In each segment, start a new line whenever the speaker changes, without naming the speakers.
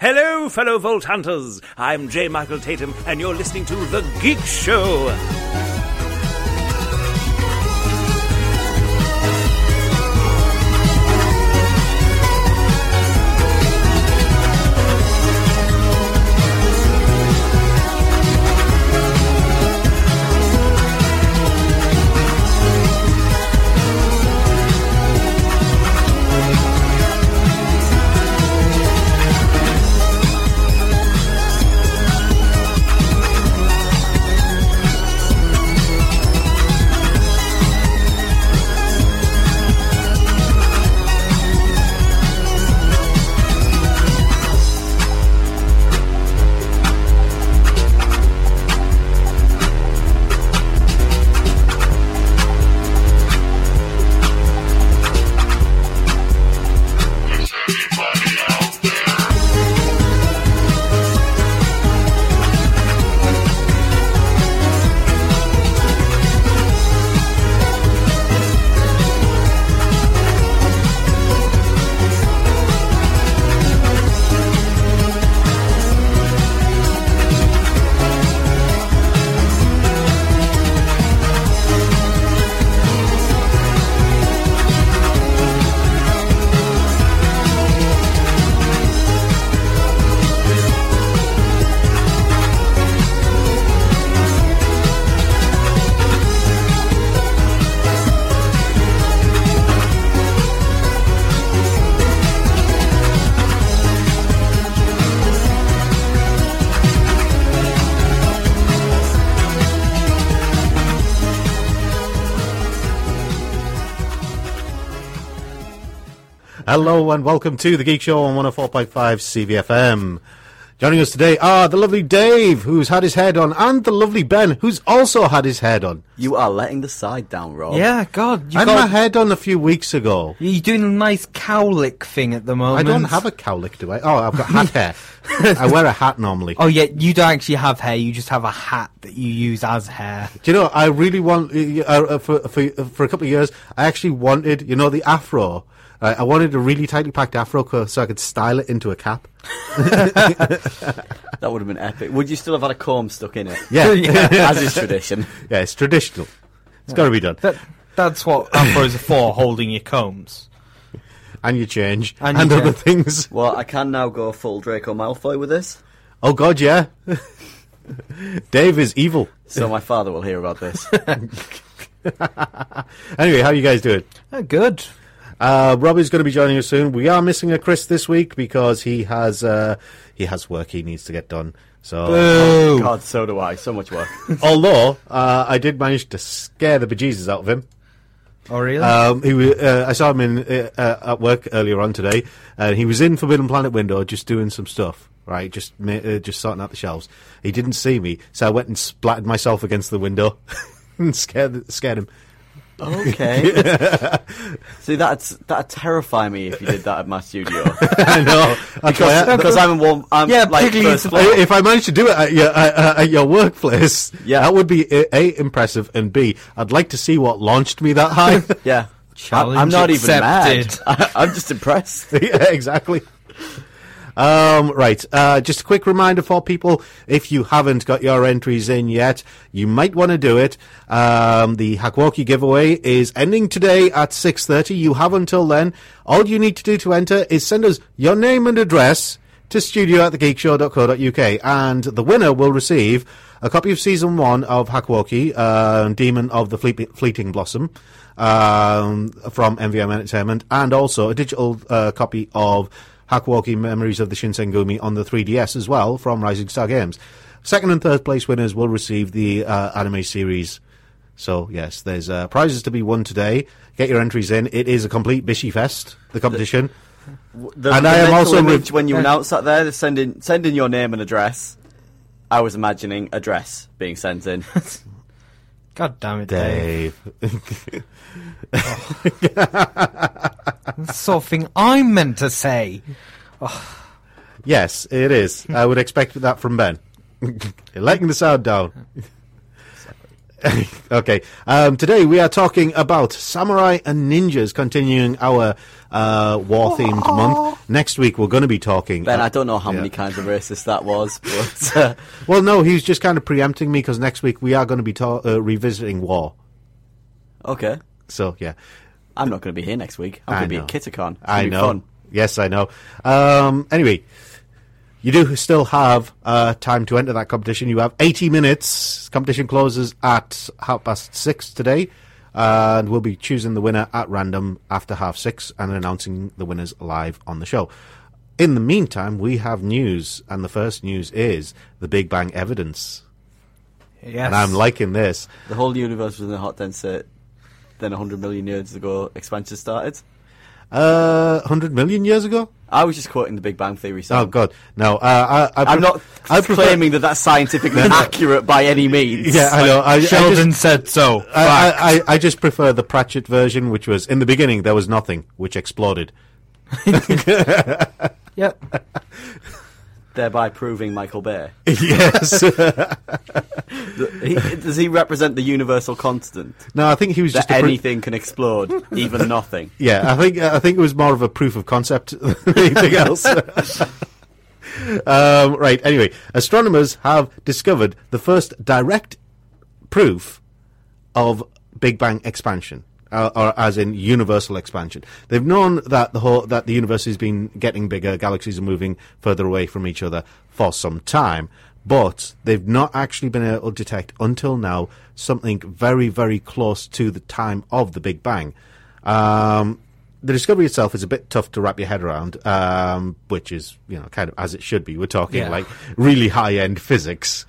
Hello, fellow Volt Hunters. I'm J. Michael Tatum, and you're listening to The Geek Show.
Hello and welcome to the Geek Show on 104.5 CVFM. Joining us today are the lovely Dave, who's had his head on, and the lovely Ben, who's also had his head on.
You are letting the side down,
Oh.
Rob.
Yeah, God, you
I had my
got,
head on a few weeks ago.
you're doing a nice cowlick thing at the
I
moment.
don't have a cowlick, do I? Oh, I've got hat hair. I wear a hat normally.
Oh yeah, you don't actually have hair. You just have a hat that you use as hair.
Do you know? I really want uh, uh, for for for a couple of years. I actually wanted, you know, the afro. Uh, I wanted a really tightly packed afro co- so I could style it into a cap.
That would have been epic. Would you still have had a comb stuck in it?
Yeah, yeah,
As is tradition.
it's traditional. It's got to be done.
That that's what afros are for, holding your combs.
and you change and,
And you
other
change.
things.
Well, I can now go full Draco Malfoy with this,
Oh God, yeah. Dave is evil.
so my father will hear about this.
Anyway, how you guys doing?
Oh, good.
Uh, Rob is going to be joining us soon. We are missing a Chris this week because he has uh, he has work he needs to get done.
Oh.
So,
Boo.
God, so do I. So much work.
although uh, I did manage to scare the bejesus out of him.
Oh really?
Um, he was, uh, I saw him in uh, uh, at work earlier on today, and he was in Forbidden Planet window just doing some stuff, right? Just ma- uh, just sorting out the shelves. He didn't see me, so I went and splattered myself against the window and scared scared him.
Okay. See, that's that'd terrify me if you did that at my studio.
I know. That's why I-
Because because I'm in one. I'm
Yeah,
like
particularly
first
if-
floor.
I- if I managed to do it at your, uh, at your workplace,
Yeah.
that would be uh, a impressive, and b I'd like to see what launched me that high.
Yeah.
Challenge
I- I'm not
accepted.
even mad. I, I'm just impressed.
yeah, exactly. Um, right. Uh, just a quick reminder for people: if you haven't got your entries in yet, you might want to do it. Um, the Hakwaki giveaway is ending today at six thirty. You have until then. All you need to do to enter is send us your name and address to studio at thegeekshow.co.uk, and the winner will receive a copy of season one of Hakuoki, uh, Demon of the Fleet- Fleeting Blossom, um, from MVM Entertainment, and also a digital uh, copy of Hakuoki Memories of the Shinsengumi on the 3DS as well from Rising Star Games. Second and third place winners will receive the uh, anime series. So yes, there's uh, prizes to be won today. Get your entries in. It is a complete bishy fest. The competition.
The,
And
the
I am
mental
also
image
with-
when you
yeah.
announce that there, send in, send in your name and address. I was imagining address being sent in.
God damn it, Dave.
Dave.
That's the sort of thing I'm meant to say.
yes, it is. I would expect that from Ben. Letting the sound down. okay. Um, today we are talking about samurai and ninjas, continuing our uh, war-themed month. Next week we're going to be talking.
ben,
uh,
I don't know how
yeah.
many kinds of racist that was, but uh,
Well, no, he's just kind of preempting me because next week we are going to be ta- uh, revisiting war.
okay.
So yeah,
I'm not going to be here next week. I'm
I
going to be
know.
at Kitticon. It's
I
gonna be
know.
Fun.
Yes, I know. Um, anyway, you do still have uh, time to enter that competition. You have 80 minutes. Competition closes at half past six today, and we'll be choosing the winner at random after half six and announcing the winners live on the show. In the meantime, we have news, and the first news is the Big Bang evidence.
Yes.
And I'm liking this.
The whole universe was in a hot desert. Then 100 million years ago, expansion started.
Uh, 100 million years ago?
I was just quoting the Big Bang Theory song.
Oh, God. No, uh, I, I pref-
I'm not
I prefer-
claiming that that's scientifically accurate by any means.
Yeah, I know. I, I just-
Sheldon said so.
I, I, I just prefer the Pratchett version, which was in the beginning there was nothing, which exploded.
Yep.
Thereby proving Michael Bay.
yes.
He- does he represent the universal constant?
no, I think he was
That
just a pro-
anything can explode, even nothing.
yeah. I think I think it was more of a proof of concept than anything else. um, right. Anyway, astronomers have discovered the first direct proof of Big Bang expansion, uh, or as in universal expansion. They've known that the whole, that the universe has been getting bigger, galaxies are moving further away from each other for some time, but they've not actually been able to detect until now something very, very close to the time of the Big Bang. Um, the discovery itself is a bit tough to wrap your head around, um, which is you know kind of as it should be. We're talking
Yeah.
like really high end physics.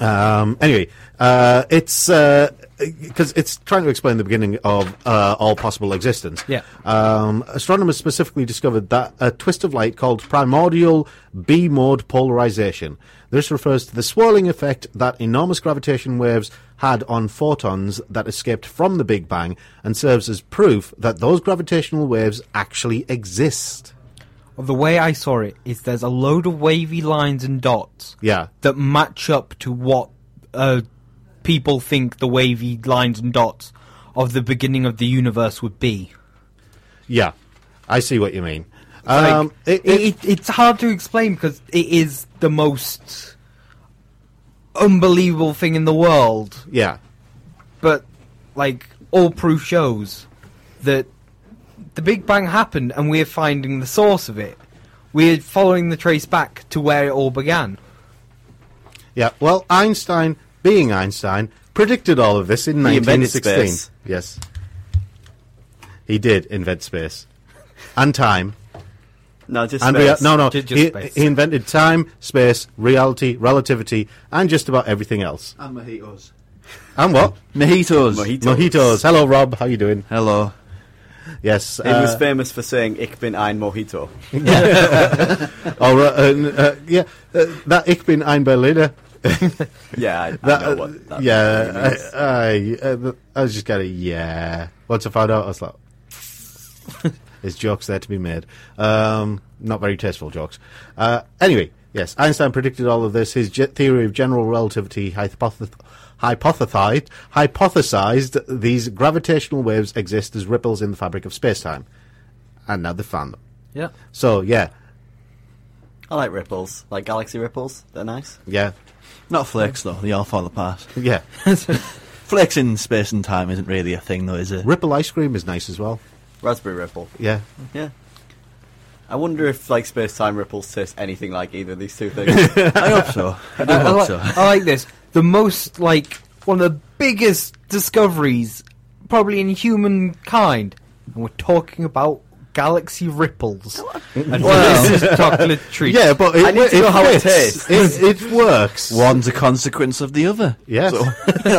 Um, anyway, uh, it's because it's trying to explain the beginning of uh, all possible existence.
Yeah.
Um, astronomers specifically discovered that a twist of light called primordial B mode polarization. This refers to the swirling effect that enormous gravitation waves had on photons that escaped from the Big Bang and serves as proof that those gravitational waves actually exist.
The way I saw it is there's a load of wavy lines and dots
Yeah.
that match up to what uh, people think the wavy lines and dots of the beginning of the universe would be.
Yeah. I see what you mean.
Like,
Um, it- it-
it- it's hard to explain because it is the most unbelievable thing in the world.
yeah.
but like all proof shows that the Big Bang happened and we're finding the source of it. We're following the trace back to where it all began.
Yeah, well, Einstein, being Einstein, predicted all of this in
He invented
1916.
space.
Yes. He did invent space and time.
No, just
And
space.
rea- no, no,
Ju- just
he,
space.
he invented time, space, reality, relativity, and just about everything else.
And mojitos.
And what?
Mojitos.
Mojitos.
Mojitos. Hello, Rob. How you doing?
Hello.
Yes.
He was
uh,
famous for saying "Ich bin ein Mojito."
oh, uh, uh, uh, yeah. Uh, that ich bin ein Berliner.
Yeah, I, I
That,
know
uh,
what. That
yeah,
means.
I, I, uh, th- I was just kind of yeah. Once I found out, I was like, "There's jokes there to be made." Um, not very tasteful jokes. Uh, anyway, yes, Einstein predicted all of this. His ge- theory of general relativity hypothesized, hypothesized, hypothesized these gravitational waves exist as ripples in the fabric of space-time, and now they found them.
Yeah.
So yeah,
I like ripples, like galaxy ripples. They're nice.
yeah,
Not flakes though. They all fall apart.
yeah.
Flakes in space and time isn't really a thing though, is it?
Ripple ice cream is nice as well.
Raspberry ripple.
Yeah.
Yeah. I wonder if like space time ripples taste anything like either of these two things.
I hope so. I do
I, I
hope
like,
so.
I like this. The most, like, one of the biggest discoveries probably in humankind. And we're talking about galaxy ripples. and this is chocolate treat.
Yeah, but it,
I need to know how it
fits. It, it works.
One's a consequence of the other.
Yes.
So,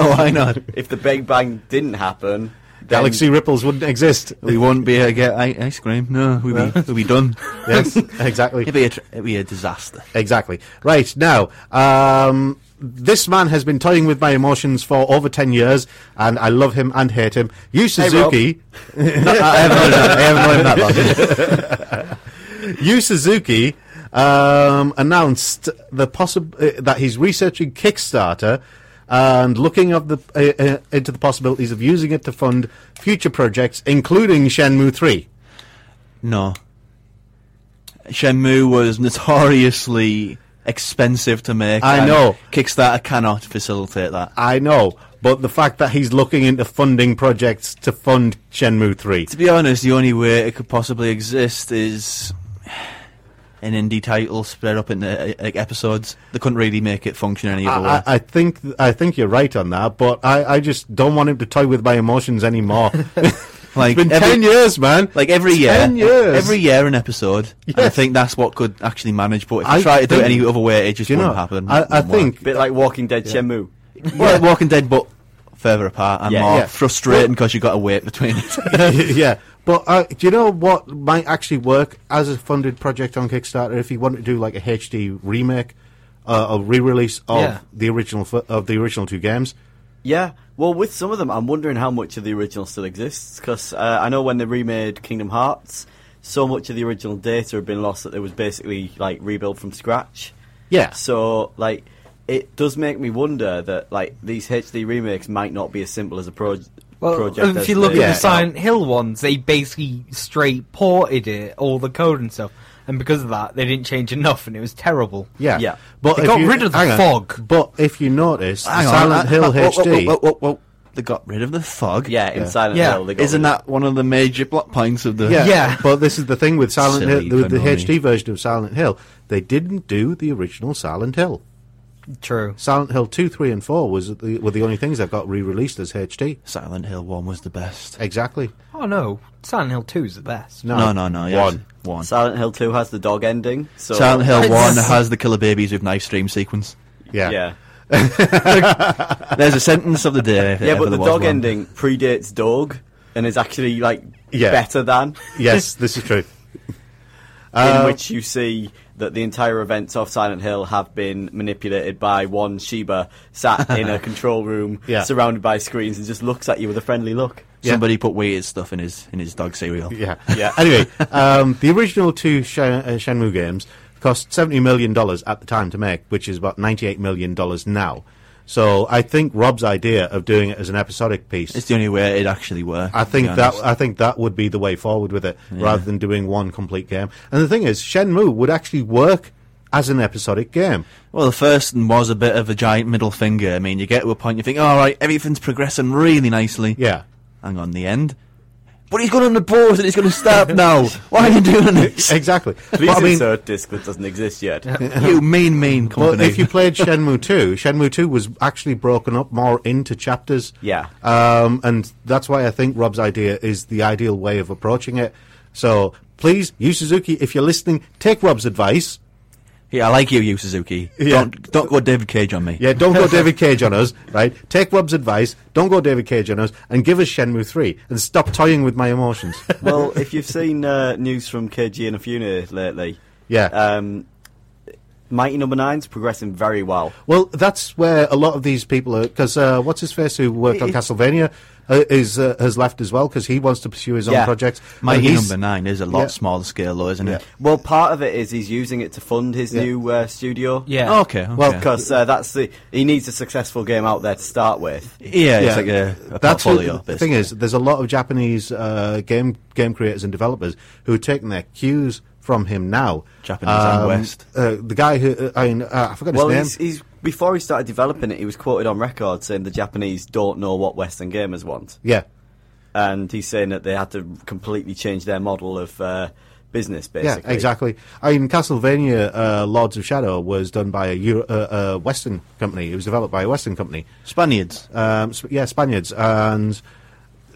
why not?
if the Big Bang didn't happen,
Galaxy ripples wouldn't exist.
We won't be able to get i- ice cream. No, we'll, be, we'll be done.
yes, exactly.
It'd be a, tr- it'd be a disaster.
Exactly. Right now, um, this man has been toying with my emotions for over ten years, and I love him and hate him. You Suzuki,
No, I haven't known that. I haven't known that long.
Yu Suzuki um, announced the possi- uh, that he's researching Kickstarter and looking up the, uh, uh, into the possibilities of using it to fund future projects, including Shenmue 3.
No. Shenmue was notoriously expensive to make.
I
and
know.
Kickstarter cannot facilitate that.
I know, but the fact that he's looking into funding projects to fund Shenmue 3.
To be honest, the only way it could possibly exist is an indie title spread up into uh, like episodes. They couldn't really make it function any other
I,
way.
I I think I think you're right on that, but I, I just don't want him to toy with my emotions anymore.
like
it's been
every,
ten years, man.
Like every year,
Ten years.
every year an episode. And I
Yes.
think that's what could actually manage. But if
I
you try to do it
think-
any other way, it just
Do you
wouldn't
know?
happen.
I,
It
I
wouldn't work.
think
bit like Walking Dead Shenmue.
Well, Walking Dead, but further apart and
Yeah.
more
Yeah.
frustrating because you got to wait between it.
yeah. But uh, do you know what might actually work as a funded project on Kickstarter if you wanted to do like a HD remake, uh, a re-release of
Yeah.
the original f- of the original two games?
Yeah, well, with some of them, I'm wondering how much of the original still exists because uh, I know when they remade Kingdom Hearts, so much of the original data had been lost that it was basically like rebuilt from scratch.
Yeah.
So like, it does make me wonder that like these HD remakes might not be as simple as a pro-
Well,
project.
if
as
you look
they-
at
Yeah.
the Silent Hill ones, they basically straight ported it, all the code and stuff, and because of that, they didn't change enough, and it was terrible.
Yeah.
Yeah.
But
They
if
got
you-
rid of the
hang on.
fog.
But if you notice, the
Hang on,
Silent
I-
Hill
I- whoa, whoa,
HD.
whoa, whoa, whoa, whoa. They got rid of the fog.
Yeah, in Silent
Yeah.
Hill, they got
Isn't
rid of-
that one of the major plot points of the?
Yeah,
Yeah.
but this is the thing with Silent
Silly
Hill, with the
Konami.
HD version of Silent Hill, they didn't do the original Silent Hill.
True.
Silent Hill two, three, and four was the, were the only things that got re-released as HD.
Silent Hill one was the best.
Exactly.
Oh no, Silent Hill 2's the best.
No, no, no. yes.
One.
one.
Silent Hill Two has the dog ending? So
Silent Hill
It's-
one has the killer babies with knife stream sequence.
Yeah.
yeah.
There's a sentence of the day. if
Yeah,
ever
but the
there was
dog
one.
ending predates dog and is actually like
Yeah.
better than
Yes, this is true. Um,
in which you see that the entire events of Silent Hill have been manipulated by one Sheba sat in a control room
Yeah.
surrounded by screens and just looks at you with a friendly look.
Somebody put weird stuff in his in his dog cereal.
Yeah.
Yeah.
anyway, um, the original two Sh- uh, Shenmue games cost seventy million dollars at the time to make, which is about ninety-eight million dollars now. So I think Rob's idea of doing it as an episodic piece.
It's the only way it actually worked.
I
to
think
be
that
honest.
I think that would be the way forward with it, rather than doing one complete game. And the thing is, Shenmue would actually work as an episodic game.
Well, the first one was a bit of a giant middle finger. I mean, you get to a point, you think, all right, everything's progressing really nicely.
Yeah,
Hang on, the end. But he's gone on the board and he's going to stop now. Why are you doing this?
exactly. But
Please
I mean,
insert disc that doesn't exist yet.
you mean, mean company.
well, if you played Shenmue Two, Shenmue Two was actually broken up more into chapters.
Yeah.
um, and that's why I think Rob's idea is the ideal way of approaching it. So please, Yu Suzuki, if you're listening, take Rob's advice.
yeah, I like you, you Suzuki.
Yeah.
Don't don't go David Cage on me.
Yeah, don't go David Cage on us, right? Take Rob's advice, don't go David Cage on us, and give us Shenmue 3, and stop toying with my emotions.
well, if you've seen uh, news from KG and Afune lately,
Yeah.
um, Mighty Number Nine's progressing very well.
Well, that's where a lot of these people are. Because uh, what's his face who worked on Castlevania uh, is uh, has left as well because he wants to pursue his own
Yeah.
projects.
Mighty
And he's-
E Number Nine is a lot
Yeah.
smaller scale, though, isn't it?
Well, part of it is he's using it to fund his
Yeah.
new uh, studio.
Yeah.
Oh, okay. okay.
Well,
yeah,
because uh, that's the he needs a successful game out there to start with.
it's like a, a
That's what-
portfolio.
the thing is, there's a lot of Japanese uh, game game creators and developers who are taking their cues from him now.
Japanese and West.
Uh, the guy who uh, I mean, uh, I forgot his
Well,
name.
he's, he's before he started developing it, he was quoted on record saying the Japanese don't know what Western gamers want,
yeah,
and he's saying that they had to completely change their model of uh, business. Basically,
yeah, exactly. I mean, Castlevania uh, Lords of Shadow was done by a Euro- uh, uh, Western company. It was developed by a Western company.
Spaniards.
um, Sp- yeah, Spaniards. And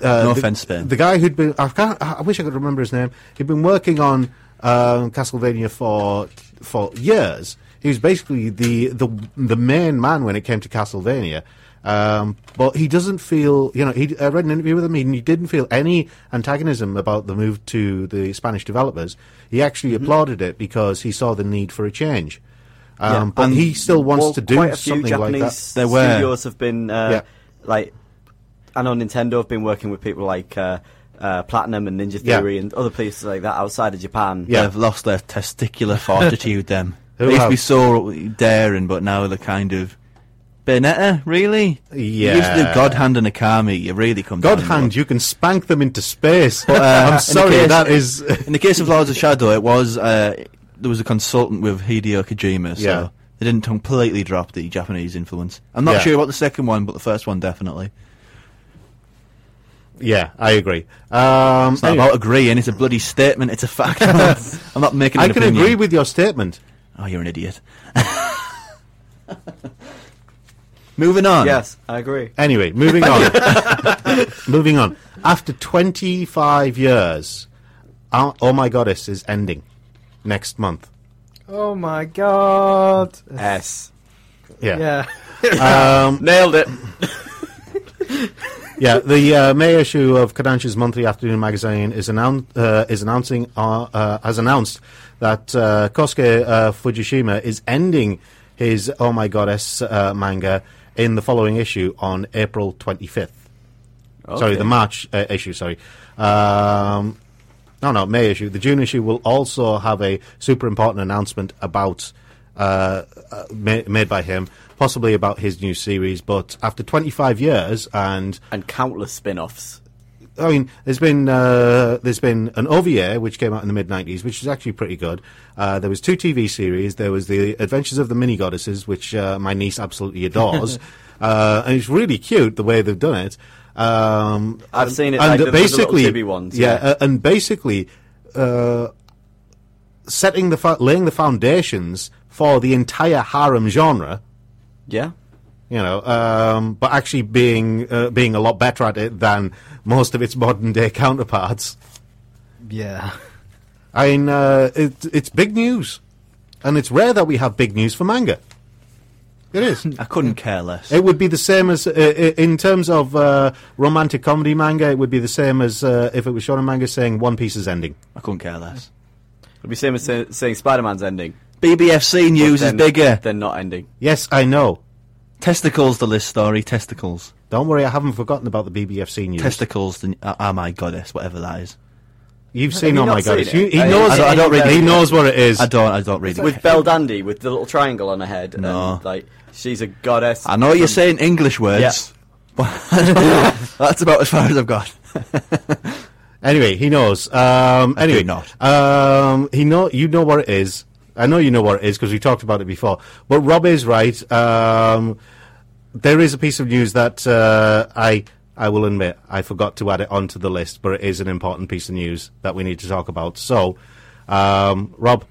uh,
No
the,
offense, Spain.
The guy who'd been, I, can't, I wish I could remember his name. He'd been working on um, Castlevania for for years. He was basically the the the main man when it came to Castlevania. Um, but he doesn't feel, you know, he, I read an interview with him and he didn't feel any antagonism about the move to the Spanish developers. He actually
Mm-hmm.
applauded it because he saw the need for a change. Um,
Yeah,
but
and-
he still wants
well,
to do
quite a few
something
Japanese
like that.
There were-
studios have been uh,
Yeah.
like I know Nintendo have been working with people like uh, uh, Platinum and Ninja
Yeah.
Theory and other places like that outside of Japan.
Yeah.
They've lost their testicular fortitude, them.
Who
They used to
have?
be so daring, but now they're kind of. Benetta, really? You used to
Yeah.
do God Hand and Akami, you really come
God
down,
hand,
but-
you can spank them into space.
uh, in
I'm
the
sorry,
case-
that is.
In the case of Lords of Shadow, it was uh, there was a consultant with Hideo Kojima, so
Yeah.
they didn't completely drop the Japanese influence. I'm not
Yeah.
sure about the second one, but the first one definitely.
yeah, I agree. Um,
It's not
anyway,
about agreeing; it's a bloody statement. It's a fact. I'm not- I'm not making.
I
an
can
opinion.
agree with your statement.
Oh, you're an idiot. Moving on.
Yes, I agree.
Anyway, moving on. moving on. After 25 years, our, Oh My Goddess is ending next month.
Oh my god.
S.
Yeah.
Yeah.
Um,
Nailed it.
yeah, the uh, May issue of Kodansha's monthly afternoon magazine is, announ- uh, is announcing uh, uh, has announced that uh, Kosuke uh, Fujishima is ending his Oh My Goddess uh, manga in the following issue on April 25th. Sorry, the March uh, issue. Sorry, um, no, no, May issue. The June issue will also have a super important announcement about uh, uh, ma- made by him, possibly about his new series. But after 25 years, and
and countless spin-offs.
I mean, there's been uh, there's been an OVA which came out in the mid '90s, which is actually pretty good. Uh, there was two TV series. There was the Adventures of the Mini Goddesses, which uh, my niece absolutely adores, uh, and it's really cute the way they've done it. Um,
I've
and-
seen it,
and
like, the- the little
basically
chibi ones,
Yeah,
yeah.
uh, and basically uh, setting the fa- laying the foundations for the entire harem genre
Yeah.
you know, um, but actually being uh, being a lot better at it than most of its modern day counterparts.
Yeah.
I mean, uh, it, it's big news, and it's rare that we have big news for manga. It is.
I couldn't care less.
It would be the same as, uh, i- in terms of uh, romantic comedy manga, it would be the same as uh, if it was shonen manga saying One Piece is ending.
I couldn't care less.
It'd be same as say- saying Spider-Man's ending.
BBFC
but
news
then-
is bigger.
Then not ending.
Yes, I know.
Testicles, the list story. Testicles.
Don't worry, I haven't forgotten about the BBFC news.
Testicles, the, uh, oh my goddess, whatever that is.
You've seen,
you
oh
not
my
seen
god,
it?
he
I-
knows.
I don't- I don't read
He
it.
knows what it is.
I don't, I don't read it.
With Belle Dandy, with the little triangle on her head,
No.
and like she's a goddess.
I know you're saying English words, but that's about as far as I've got.
Anyway, he knows. Um,
do
anyway,
not.
Um, he know you know what it is. I know you know what it is because we talked about it before. But Rob is right. Um, there is a piece of news that uh, I I will admit I forgot to add it onto the list, but it is an important piece of news that we need to talk about. So, um, Rob,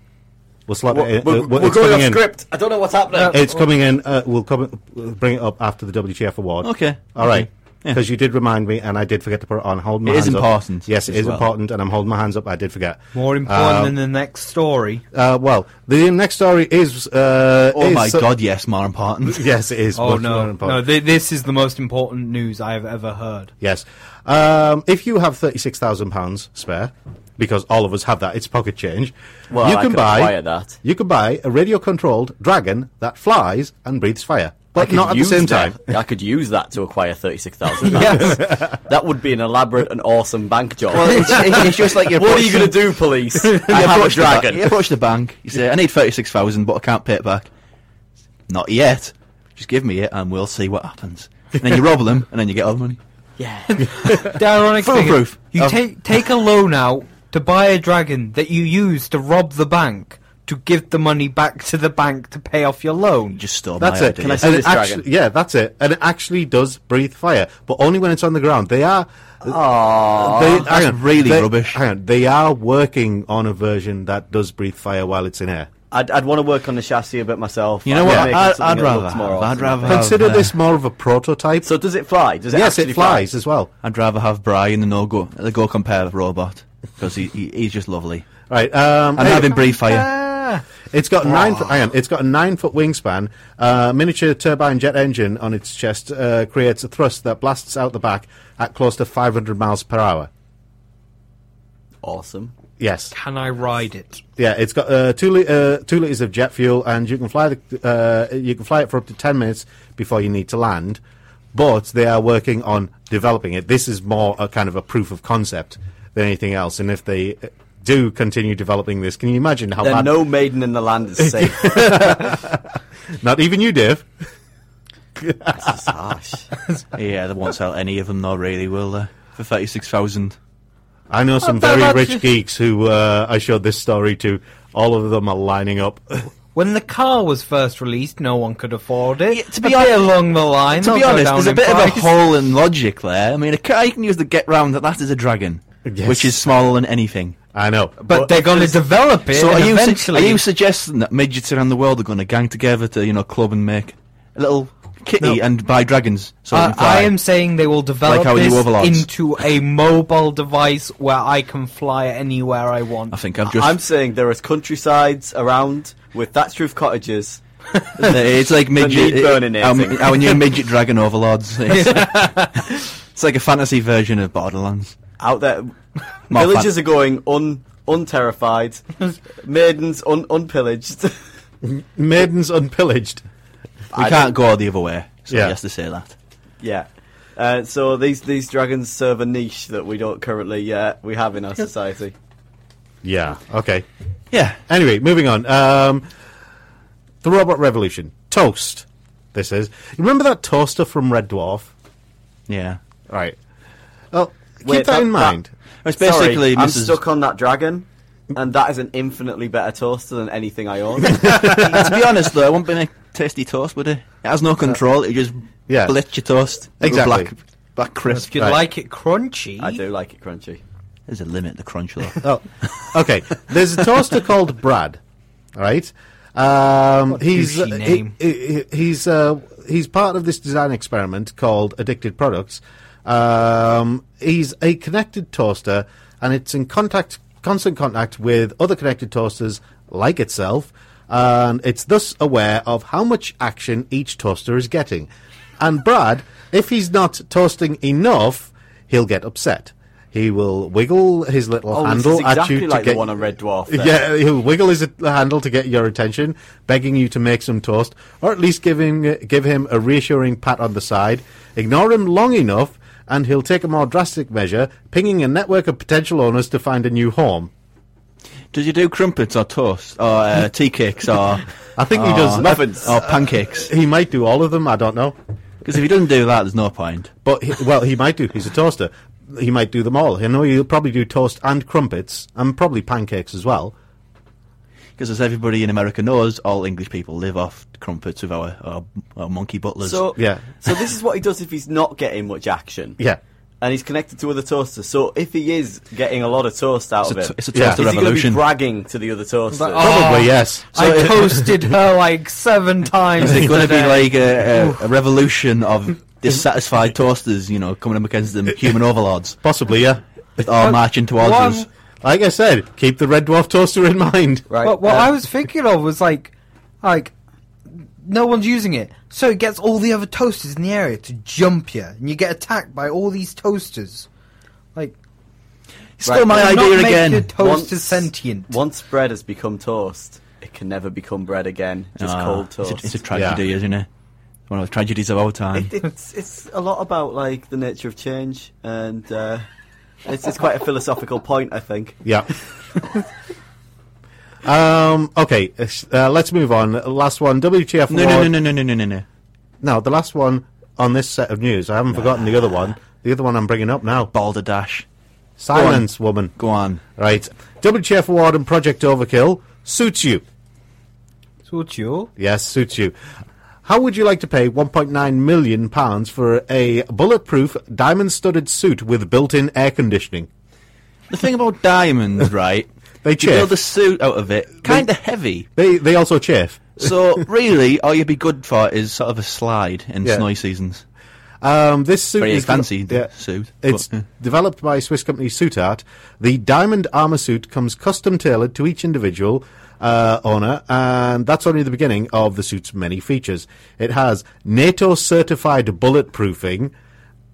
we'll slot it
We're,
in.
we're-
uh,
we're
it's
going
coming
off
in.
script. I don't know what's happening.
oh.
It's coming in. Uh, we'll come, we'll bring it up after the WTF award.
Okay.
All right.
Yeah.
Because you did remind me, and I did forget to put it on. Hold my
It is
hands up.
important
Yes, it
as
is
well.
important, and I'm holding my hands up. I did forget.
More important
Um,
than the next story.
uh, well, the next story is. Uh,
Oh
is
my
so-
god, yes, more important.
Yes, it is.
Oh
much more
no.
important.
No, th- this is the most important news I have ever heard.
Yes. Um, if you have thirty-six thousand pounds spare, because all of us have that, it's pocket change.
Well,
you
I
can
could
buy
acquire that.
You can buy a radio-controlled dragon that flies and breathes fire,
I
but
could
not at the
use
same
that.
time.
I could use that to acquire thirty-six thousand. that would be an elaborate and awesome bank job.
well, it's, it's, it's just like you
what are
approach-
you going to do, police?
you
I have a
approach the ba- You
dragon.
approach the bank. You say, "I need thirty-six thousand, but I can't pay it back." Not yet. Just give me it, and we'll see what happens. And then you rob them, and then you get all the money.
Yeah.
The ironic thing is,
Foolproof.
you
Oh.
take take a loan out to buy a dragon that you use to rob the bank to give the money back to the bank to pay off your
You
loan.
just stole
That's
my
it.
idea.
Can I see
And
this
it actu-
dragon?
yeah, that's it. And it actually does breathe fire, but only when it's on the ground. They are. Aww,
that's really rubbish.
Hang on, they are working on a version that does breathe fire while it's in air.
I'd, I'd want to work on the chassis a bit myself.
you know
I'd
what?
make it
I'd,
something
I'd
that
rather.
looks
Have,
more
I'd
awesome.
rather.
Consider
have, uh,
this more of a prototype.
So does it fly? Does it
yes,
actually
it flies
fly?
as well.
I'd rather have Brian and no go the go compare with robot because he, he he's just lovely.
Right, um,
And
hey-
have him breathe fire.
Ah,
Ah.
It's got nine. Foot, hang on, it's got a nine-foot wingspan. Uh, miniature turbine jet engine on its chest uh, creates a thrust that blasts out the back at close to 500 miles per hour.
Awesome.
Yes,
Can I ride it?
yeah. It's got uh, two li- uh, two liters of jet fuel, and you can fly the uh, you can fly it for up to 10 minutes before you need to land. But they are working on developing it. This is more a kind of a proof of concept than anything else. And if they uh, do continue developing this, can you imagine how
Then
bad?
no maiden in the land is safe.
Not even you, Dave.
That's harsh.
Yeah, they won't sell any of them though, really, will they? For thirty-six thousand.
I know some
but
very
that's
rich
just-
geeks who uh, I showed this story to. All of them are lining up.
When the car was first released, no one could afford it.
Yeah, to be
a bit
hon-
along the line,
To
they'll
be
go
honest,
down
there's a
in
bit of a
price.
hole in logic there. I mean, a car you can use to get round that that is a dragon,
Yes.
which is smaller than anything.
I know.
But they're going to develop it.
So
and
are you, su- are
eventually?
you suggesting that midgets around the world are going to gang together to you know club and make a little kitty
No.
and buy dragons? So they
Uh, I-
can fly?
I am saying they will develop
Like how you
this
overlords.
into a mobile device where I can fly anywhere I want.
I think I've just.
I'm saying there is countrysides around with thatched roof cottages.
it's like midget. uh,
need burning it, I
our,
think.
our new midget dragon overlords. It's, it's like a fantasy version of Borderlands.
out there.
Not
Villagers
fun.
are going un unterrified, maidens un unpillaged.
Maidens unpillaged.
We
I
can't go the other way. So
Yeah.
he has to say that.
yeah. Uh, so these these dragons serve a niche that we don't currently uh, we have in our society.
Yeah. Okay.
Yeah.
Anyway, moving on. Um, the robot revolution. Toast. This is. Remember that toaster from Red Dwarf?
Yeah.
Right. Well, keep
Wait,
that,
that-
in mind.
It's basically
Sorry, I'm
Mrs.
stuck on that dragon, and that is an infinitely better toaster than anything I own.
to be honest though, it wouldn't be a tasty toast, would it? It has no control. It just
Yeah.
blitz your toast. Little
Exactly.
Black, black crisp.
if you
Right.
like it crunchy,
I do like it crunchy.
There's a limit to crunch though.
Oh, okay. There's a toaster called Brad. All right. Um,
What a
he's
douchey
uh, he-
name.
he- he's uh, he's part of this design experiment called Addicted Products. Um, he's a connected toaster, and it's in contact, constant contact with other connected toasters like itself, and it's thus aware of how much action each toaster is getting. And Brad, if he's not toasting enough, he'll get upset. He will wiggle his little
Oh, this
handle
is exactly
at you
like
to
the
get
one on Red Dwarf. then.
yeah, he'll wiggle his handle to get your attention, begging you to make some toast, or at least give him, give him a reassuring pat on the side. Ignore him long enough, and he'll take a more drastic measure, pinging a network of potential owners to find a new home.
Does he do crumpets or toast or uh, tea cakes or
I think he does muffins.
or pancakes?
He might do all of them, I don't know.
Because if he doesn't do that, there's no point.
But, he, well, he might do. He's a toaster. He might do them all. I know he'll probably do toast and crumpets, and probably pancakes as well.
Because as everybody in America knows, all English people live off crumpets with our, our, our monkey butlers.
So
Yeah.
So this is what he does if he's not getting much action.
Yeah.
And he's connected to other toasters. So if he is getting a lot of toast out
it's, a
of it,
t- it's a
Yeah.
toaster
Is he going to be
revolution.
bragging to the other toasters?
Like,
oh,
Probably, yes.
I toasted her like seven times.
Is it going to be
today.
like a, a, a revolution of dissatisfied toasters, you know, coming up against them human overlords,
Possibly, yeah.
all marching towards
One-
us?
Like I said, keep the Red Dwarf toaster in mind.
right.
What, what
uh,
I was thinking of was like, like, no one's using it, so it gets all the other toasters in the area to jump you, and you get attacked by all these toasters. Like,
Still my
not
idea
make
again.
Your toaster
Once-
sentient.
Once bread has become toast, it can never become bread again. Just
Ah,
cold
it's a-
toast.
It's a, tragedy, isn't it? One of the tragedies of our time.
It- it's it's a lot about like the nature of change, and uh, it's it's quite a philosophical point, I think.
Yeah. um. Okay. Uh, let's move on. Last one. WTF?
No, no,
award-
no, no, no, no, no, no.
No, the last one on this set of news. I haven't forgotten the other one. The other one I'm bringing up now.
Balderdash.
Silence, woman.
Go on.
Right. WTF award and Project Overkill suits you.
Sort you.
Yes, suits you. How would you like to pay 1.9 million pounds for a bulletproof, diamond-studded suit with built-in air conditioning?
The thing about diamonds, right?
They
you build
chafe.
a suit out of it, kind of heavy.
They they also chafe.
So really, all you'd be good for is sort of a slide in
Yeah.
snowy seasons.
Um, this suit
Very
is
fancy
devel-
suit,
It's
but-
developed by Swiss company Suitart. The diamond armor suit comes custom tailored to each individual. uh, owner, and that's only the beginning of the suit's many features. It has NATO certified bulletproofing,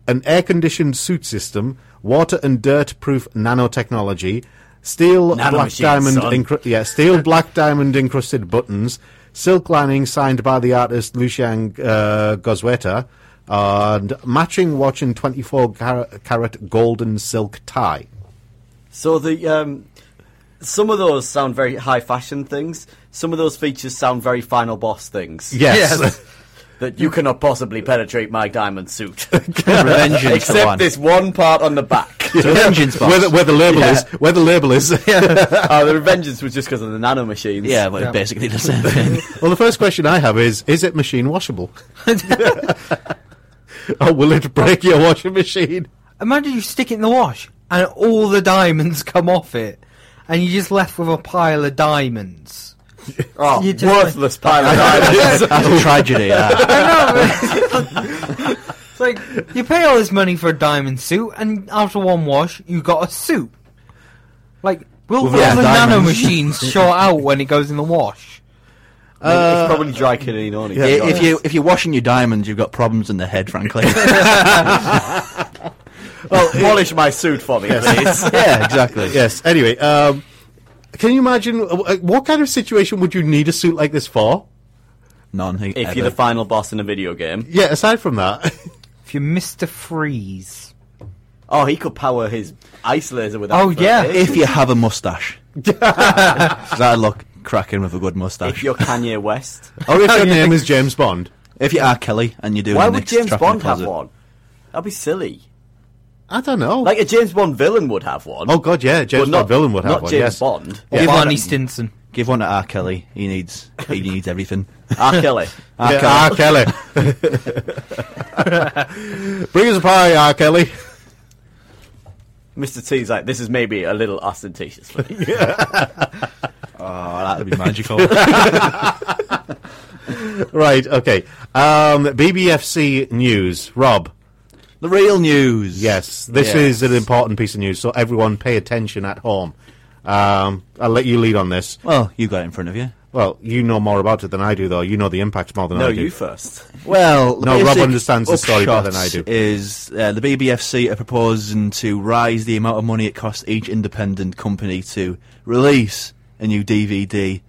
an air conditioned suit system, water and dirt proof nanotechnology, steel
Nano
black
machines,
diamond
son.
incru- yeah, steel black diamond encrusted buttons, silk lining signed by the artist Lucian uh, Gozueta, and matching watch and 24 car- carat golden silk tie.
So the um, some of those sound very high fashion things. Some of those features sound very final boss things.
Yes.
Yes.
That you cannot possibly penetrate my diamond suit.
Revenge is the
Except
one.
this one part on the back.
The vengeance box.
where, the, where the label is. Where the label is.
oh, the revengeance was just because of the nano machines.
yeah, but it basically does the same thing.
Well, the first question I have is: Is it machine washable? or will it break your washing machine?
Imagine you stick it in the wash and all the diamonds come off it, and you're just left with a pile of diamonds.
Oh,
You just-
worthless pile of diamonds.
That's a tragedy. that.
I know. but- it's like you pay all this money for a diamond suit, and after one wash, you got a suit. Like, will
With
will
all
the
the
nano
diamonds.
machines short out when it goes in the wash?
Uh,
it's probably dry cleaning on it.
I- if you if you're washing your diamonds, you've got problems in the head, frankly.
well, polish my suit for me, please.
yeah, exactly.
Yes. Anyway, um, can you imagine uh, what kind of situation would you need a suit like this for?
None.
if you're the final boss in a video game,
Yeah. Aside from that,
If you're Mister Freeze,
oh, he could power his ice laser with that.
Oh,
for
yeah.
ages.
if you have a mustache, that'd look cracking with a good mustache.
if you're Kanye West.
or if Oh, your name is James Bond,
If you are Kelly and you're doing
Why
the
would
next
James
Trap in
Bond
the
have
Closet-
one? That'd be silly.
I don't know.
Like a James Bond villain would have one.
oh God, yeah, James
but
Bond villain would have
not
one.
James
yes.
Bond.
or
Yeah.
Barney Stinson.
Give one to R. Kelly. He needs he needs everything.
R. Kelly.
R.
Yeah,
Kelly.
R. Ah, Kelly. Bring us a pie, R. Kelly.
Mr. T's like, this is maybe a little ostentatious for you.
Oh, that'd be magical.
Right. Okay. Um, BBFC news. Rob.
the real news.
Yes, this
Yes.
is an important piece of news, so everyone pay attention at home. Um, I'll let you lead on this.
Well, you got it in front of you.
Well, you know more about it than I do, though. You know the impact more than
no,
I do.
you first.
Well, the
No, Rob
basic
understands the story better than I
upshot
do.
Is uh, the BBFC are proposing to rise the amount of money it costs each independent company to release a new DVD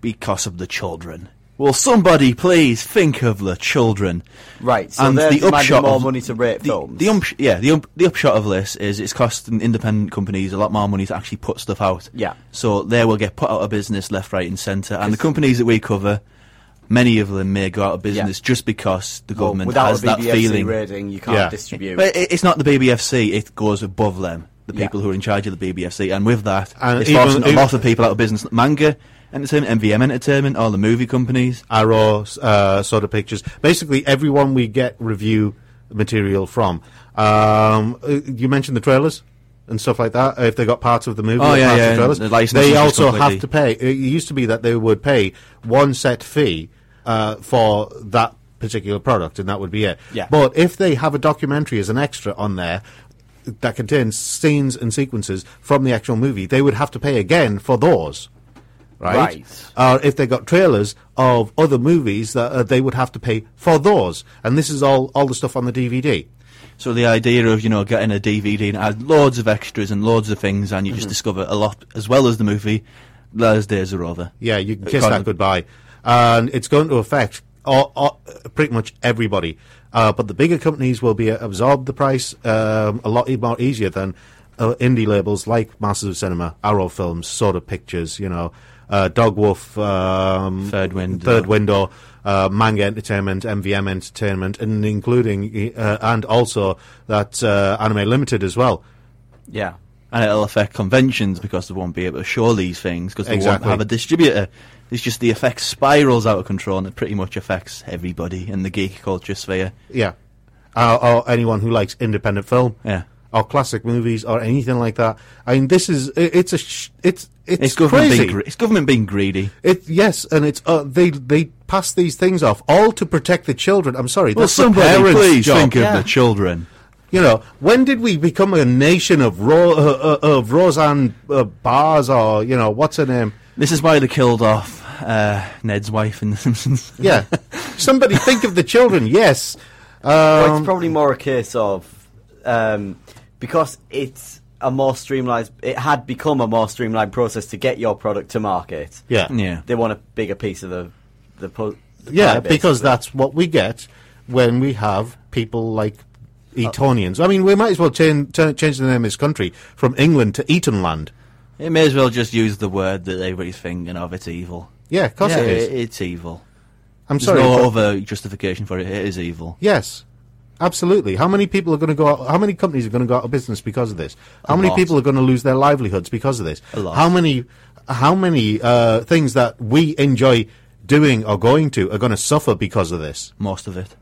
because of the children? Will somebody please think of the children?
Right, so they're demanding more money to rate
the,
films.
The ump- yeah, the, um- the upshot of this is it's costing independent companies a lot more money to actually put stuff out.
Yeah.
So they will get put out of business left, right, and centre. And the companies that we cover, many of them may go out of business just because the
Well,
government
without
has
a
that
BBFC
feeling.
rating, you can't
Yeah.
distribute.
But it, it's not the BBFC; it goes above them, the
Yeah.
people who are in charge of the BBFC. And with that,
And
it's
even-
forcing a
even-
lot of people out of business. Manga entertainment, MVM entertainment, all the movie companies.
Arrow, uh, sort of pictures. Basically, everyone we get review material from. Um, uh, you mentioned the trailers and stuff like that. If they got parts of the movie,
Oh,
or
yeah,
parts
yeah,
of
and
trailers,
the licenses
they
just
also
completely-
have to pay. It used to be that they would pay one set fee uh, for that particular product, and that would be it.
Yeah.
But if they have a documentary as an extra on there. That contains scenes and sequences from the actual movie. They would have to pay again for those right? Or if they got trailers of other movies that uh, they would have to pay for those. And this is all, all the stuff on the DVD.
So the idea of you know getting a DVD and it had loads of extras and loads of things, and you
Mm-hmm.
just discover a lot as well as the movie. Those days are over.
Yeah, you can kiss
Kind
that
of-
goodbye. And it's going to affect all, all, pretty much everybody. Uh, but the bigger companies will be uh, absorb the price um, a lot e- more easier than uh, indie labels like Masters of Cinema, Arrow Films, sort of Pictures, you know, uh, Dog Wolf, um,
Third Window.
Third Window, uh, Manga Entertainment, MVM Entertainment, and including uh, and also that uh, Anime Limited as well.
yeah.
and it'll affect conventions because they won't be able to show these things because they
Exactly.
won't have a distributor. It's just the effect spirals out of control and it pretty much affects everybody in the geek culture sphere.
Yeah. Uh, or anyone who likes independent film.
Yeah.
Or classic movies or anything like that. I mean, this is i- it's a sh- it's it's,
It's government,
crazy.
being, gre- it's government being greedy.
it yes, and it's uh, they they pass these things off all to protect the children. I'm sorry,
Well,
that's the
somebody
parents'
please
job.
think
Yeah.
of the children.
You know, when did we become a nation of Ro- uh, uh, of Roseanne uh, bars or you know what's her name?
This is why they killed off uh, Ned's wife in The Simpsons.
Yeah. Somebody think of the children, yes.
Well,
Um,
it's probably more a case of um, because it's a more streamlined. It had become a more streamlined process to get your product to market.
yeah.
yeah.
They want a bigger piece of the the. Po- the
Yeah,
pie,
because
basically.
that's what we get when we have people like
Uh,
Etonians. I mean, we might as well turn, turn, change the name of this country from England to Etonland.
It may as well just use the word that everybody's thinking of. It's evil.
Yeah, of course
Yeah,
it is.
it's evil.
I'm
There's
sorry.
no
but-
other justification for it. It is evil.
Yes, absolutely. How many people are going to go? Out, how many companies are going to go out of business because of this? How
A
many
lot.
people are going to lose their livelihoods because of this?
A lot.
How many? How many uh, things that we enjoy doing or going to are going to suffer because of this?
Most of it.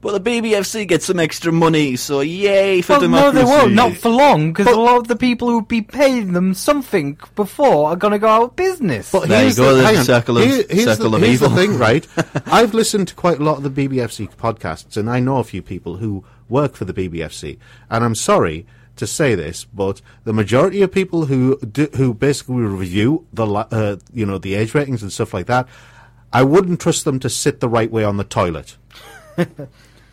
But the BBFC gets some extra money, so yay for
Well, no,
democracy.
they won't. Not for long, because
But-
a lot of the people who would be paying them something before are going to go out of business.
But
There you
here's
go,
The,
there's
hang
a
on.
circle of-
Here- here's
circle
the,
of
here's the
evil.
thing, right? I've listened to quite a lot of the BBFC podcasts, and I know a few people who work for the BBFC. And I'm sorry to say this, but the majority of people who do, who basically review the li- uh, you know the age ratings and stuff like that, I wouldn't trust them to sit the right way on the toilet.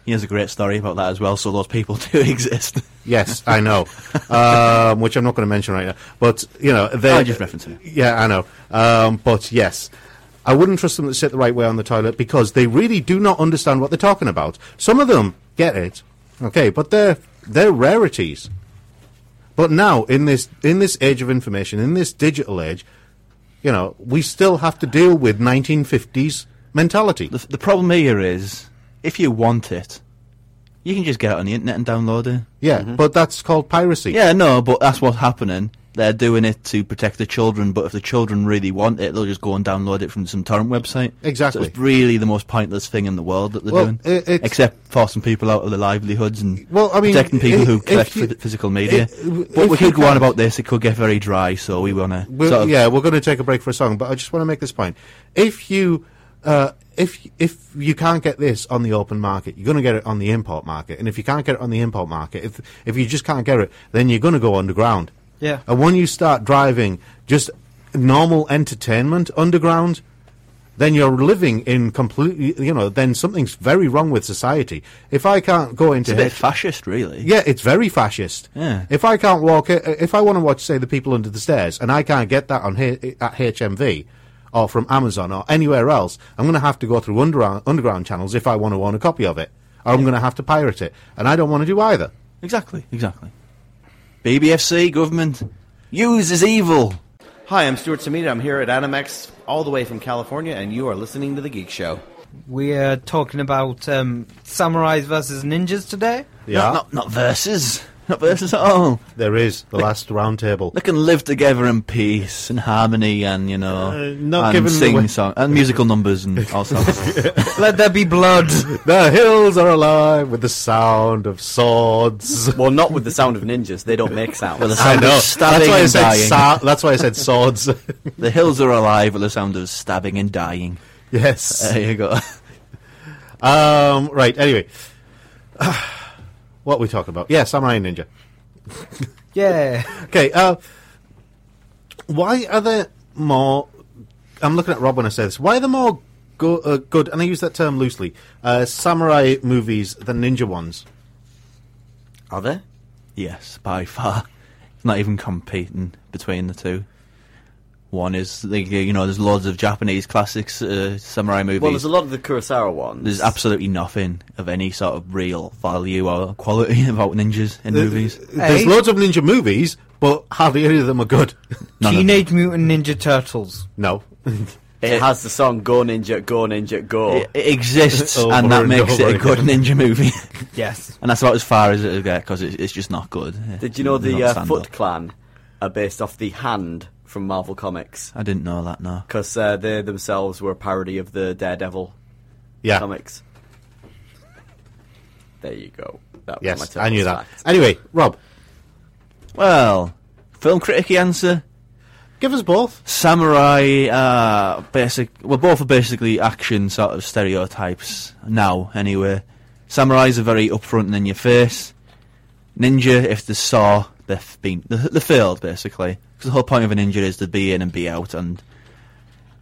He has a great story about that as well, so those people do exist.
Yes, I know, um, which I'm not going to mention right now. But you know, they
I Oh, just referenced it.
Yeah, I know. Um, but yes, I wouldn't trust them to sit the right way on the toilet because they really do not understand what they're talking about. Some of them get it, okay, but they're they're rarities. But now in this in this age of information, in this digital age, you know, we still have to deal with 1950s mentality.
The, the problem here is, if you want it, you can just get it on the internet and download it.
Yeah, but that's called piracy.
Mm-hmm. Yeah, no, but that's what's happening. They're doing it to protect the children, but if the children really want it, they'll just go and download it from some torrent website.
Exactly.
So it's really the most pointless thing in the world that they're
Well,
doing.
it- it's-
Except forcing people out of their livelihoods and
Well, I mean,
protecting people
i-
who
if
collect
you-
phy- physical media.
i- if
but we
you
could go
can't-
on about this. It could get very dry, so we want to.
We're, yeah, we're going to take a break for a song, but I just want to make this point. If you uh, if if you can't get this on the open market, you're going to get it on the import market, and if you can't get it on the import market, if if you just can't get it, then you're going to go underground.
Yeah.
And when you start driving just normal entertainment underground, then you're living in completely, you know, then something's very wrong with society. If I can't go into
It's a bit
hip-
fascist, really.
yeah, it's very fascist.
Yeah.
If I can't walk, uh, if I want to watch, say, the people under the stairs, and I can't get that on H- at HMV or from Amazon or anywhere else, I'm going to have to go through underground, underground channels if I want to own a copy of it, or I'm going to have to pirate it, and I don't want to do either.
Exactly, exactly. BBFC government uses evil.
Hi, I'm Stuart Samita. I'm here at Animax, all the way from California, and you are listening to The Geek Show.
we are talking about um, samurais versus ninjas today.
Yeah,
Not, not, not verses. Not verses at all.
there is the last round table.
They can live together in peace and harmony and, you know,
Uh, not
and
giving away-
sing song and musical numbers and all sorts.
Let there be blood.
The hills are alive with the sound of swords.
Well, not with the sound of ninjas. They don't make sounds.
the sound of
That's
stabbing
why I
and
said
dying.
sa- that's why I said swords.
the hills are alive with the sound of stabbing and dying.
yes.
There you go.
Um, right. Anyway, what are we talking about? Yeah, Samurai Ninja.
yeah.
Okay. Uh, why are there more? I'm looking at Rob when I say this. Why are there more go, uh, good? And I use that term loosely. Uh, samurai movies than ninja ones.
Are they?
yes, by far. Not even competing between the two. One is, like, you know, there's loads of Japanese classics, uh, samurai movies.
Well, there's a lot of the Kurosawa ones.
There's absolutely nothing of any sort of real value or quality about ninjas
Uh,
in movies.
There's
Hey.
loads of ninja movies, but hardly any of them are good.
None of
Teenage Mutant Ninja Turtles.
no.
It has the song "Go Ninja, Go Ninja, Go."
It, it exists,
uh, Oh, Over
and that
and
makes
over
it a good ninja movie.
Uh,
Yes.
and that's about as far as it'll get because it's just not good.
Did you know
They're
the
Mm, not
uh,
stand
Foot
up.
Clan are based off the Hand from Marvel Comics?
I didn't know that. No,
Because uh, they themselves were a parody of the Daredevil
Yeah.
comics. There you go. That was my
Yes,
terrible
I knew that.
fact.
Anyway, Rob,
well, film critic answer.
give us both.
Samurai, uh, basic. Well, both are basically action sort of stereotypes now. Anyway, samurais are very upfront and in your face. Ninja, if they saw, they've been they, they failed basically because the whole point of a ninja is to be in and be out and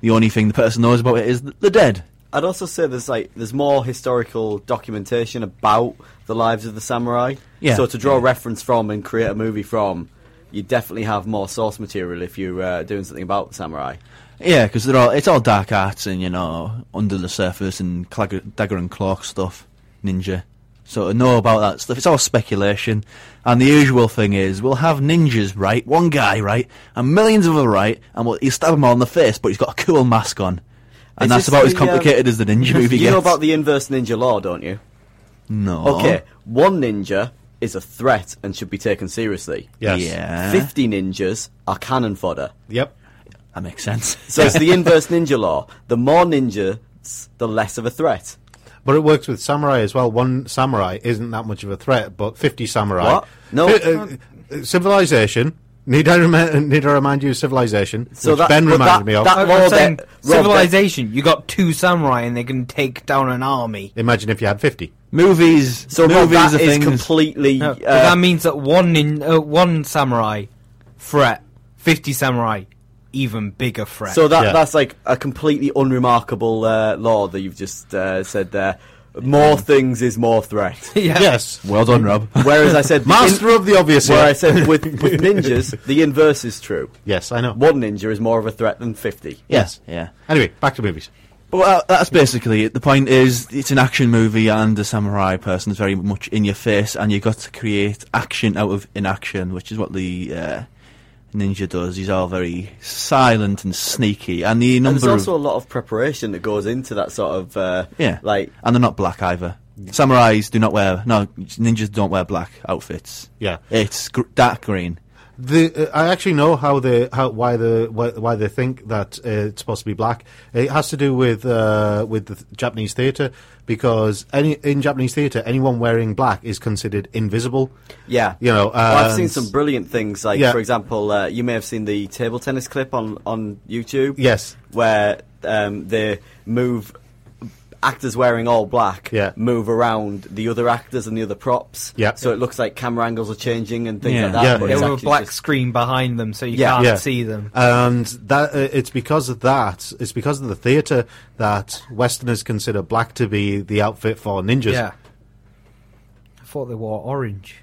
The only thing the person knows about it is th- the dead.
I'd also say there's like there's more historical documentation about the lives of the samurai.
Yeah.
So to draw reference from and create a movie from, you definitely have more source material if you're uh, doing something about the samurai.
Yeah, because they're all it's all dark arts and you know under the surface and clag- dagger and clock stuff, ninja. So to know about that stuff, it's all speculation. And the usual thing is we'll have ninjas, right? One guy, right, and millions of other, right, and we'll, you stab him all in the face, but he's got a cool mask on, and
Is
that's
this
about as
the, um,
complicated as the ninja movie
you
gets.
know about the inverse ninja law, don't you?
no,
Okay, one ninja is a threat and should be taken seriously.
Yes.
yeah,
50 ninjas are cannon fodder.
Yep.
that makes sense.
So it's the inverse ninja law. The more ninjas, the less of a threat.
But it works with samurai as well. One samurai isn't that much of a threat, but 50 samurai.
What? No.
Fi- uh, uh, civilization. Need I, remi- need I remind you of civilization?
So
which
that-
Ben
but
reminded me of.
that-
I'm
Well, that-
saying
Rob, that-
civilization. You got two samurai and they can take down an army.
Imagine if you had 50.
Movies,
So Rob,
movies
that
are
is
things.
completely.
No,
uh,
but that means that one in uh, one samurai threat, fifty samurai, even bigger threat.
so that
Yeah.
that's like a completely unremarkable uh, law that you've just uh, said there. More things is more threat.
yeah.
Yes.
well done, Rob.
Whereas I said the
Master of the obvious
where
here.
I said with, with ninjas, the inverse is true.
Yes, I know.
One ninja is more of a threat than fifty.
yes, yeah.
Anyway, back to movies.
But well, that's basically it. The point is, it's an action movie, and the samurai person is very much in your face, and you've got to create action out of inaction, which is what the uh, ninja does. He's all very silent and sneaky, and the
And
number
there's also
of
a lot of preparation that goes into that sort of uh,
yeah,
like
and they're not black either. Samurais do not wear no ninjas don't wear black outfits.
Yeah.
it's gr- dark green.
The, uh, I actually know how the how why the why, why they think that uh, it's supposed to be black. It has to do with uh, with the Japanese theatre because any in Japanese theatre anyone wearing black is considered invisible.
Yeah,
You know,
Well, I've seen
and-
some brilliant things. Like,
Yeah.
for example, uh, you may have seen the table tennis clip on on YouTube.
Yes.
where um, they move actors wearing all black.
Yeah.
move around the other actors and the other props.
Yeah.
so it looks like camera angles are changing and things
Yeah.
like that.
Yeah.
but
They
it's
have a
actually
black
just-
screen behind them, so you
Yeah.
can't
Yeah.
see them.
and that uh, it's because of that it's because of the theater that westerners consider black to be the outfit for ninjas
yeah. I thought they wore orange.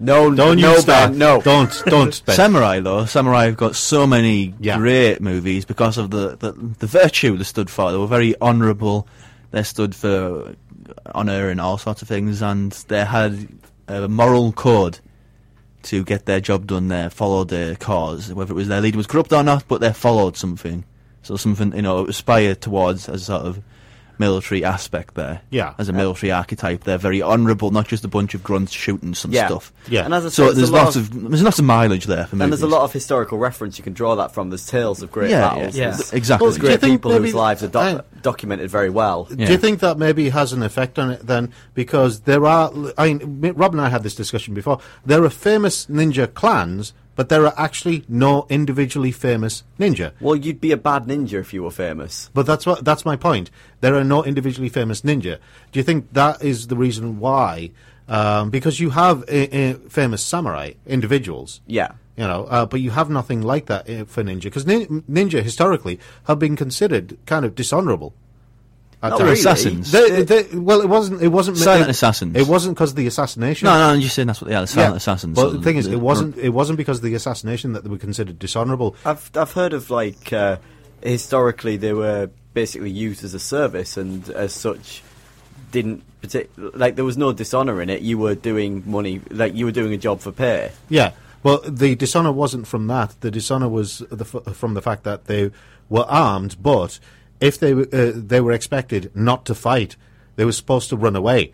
No,
don't
no,
you start
Ben, no.
don't don't Ben.
Samurai though, Samurai have got so many
Yeah.
great movies because of the, the the virtue they stood for. They were very honourable. They stood for honour and all sorts of things, and they had a moral code to get their job done. They followed their cause, whether it was their leader was corrupt or not, but they followed something. So something you know aspire towards as a sort of military aspect there.
Yeah.
as a military archetype, they're very honourable, not just a bunch of grunts shooting some
Yeah.
stuff.
Yeah.
and as I said,
So there's
a lot
lots of, there's lots of mileage there for me.
and there's a lot of historical reference you can draw that from. There's tales of great
Yeah,
battles.
yeah.
There's-
Exactly.
There's
Do you
great
think
people
maybe-
whose lives are doc-
I-
documented very well.
Do
Yeah.
you think that maybe has an effect on it then? Because there are, I mean, me- Rob and I had this discussion before. There are famous ninja clans, but there are actually no individually famous ninja.
Well, you'd be a bad ninja if you were famous.
But that's what that's my point. There are no individually famous ninja. Do you think that is the reason why? Um, because you have uh, uh, famous samurai individuals.
Yeah.
You know, uh, but you have nothing like that uh, for ninja because nin- ninja historically have been considered kind of dishonorable. at
Not
times.
really.
assassins.
They, they, well, it wasn't. It wasn't
Silent
it,
assassins.
It wasn't because of the assassination.
No, no, I'm just saying that's what they are, the silent
Yeah.
assassins.
Well,
So
the thing is,
the-
it wasn't. It wasn't because of the assassination that they were considered dishonorable.
I've I've heard of like uh, historically they were basically used as a service and as such didn't partic- like there was no dishonor in it. You were doing money like you were doing a job for pay.
Yeah. Well, the dishonor wasn't from that. The dishonor was the, f- from the fact that they were armed, but if they were- uh, they were expected not to fight, they were supposed to run away.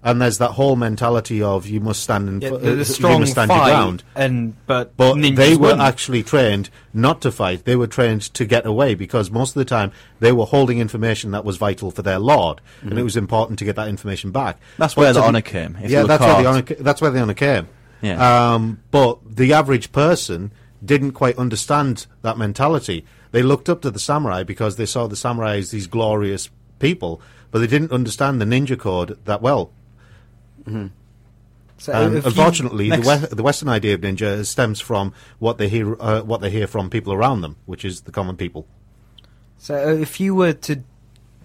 And there's that whole mentality of you must stand and
Yeah,
f-
the,
uh,
the strong
you must stand your
fight,
ground.
and but,
But
ninjas
they were
wouldn't.
actually trained not to fight. They were trained to get away because most of the time they were holding information that was vital for their lord, and it was important to get that information back.
Mm-hmm. That's where the
to
honour came, if
yeah,
you were
that's where the
caught.
honor. That's where the honor came.
Yeah.
Um, but the average person didn't quite understand that mentality. They looked up to the samurai because they saw the samurai as these glorious people, but they didn't understand the ninja code that well.
So
And
if you-
Um, unfortunately, the,
next-
we- the Western idea of ninja stems from what they hear, uh, what they hear from people around them, which is the common people.
So uh, if you were to,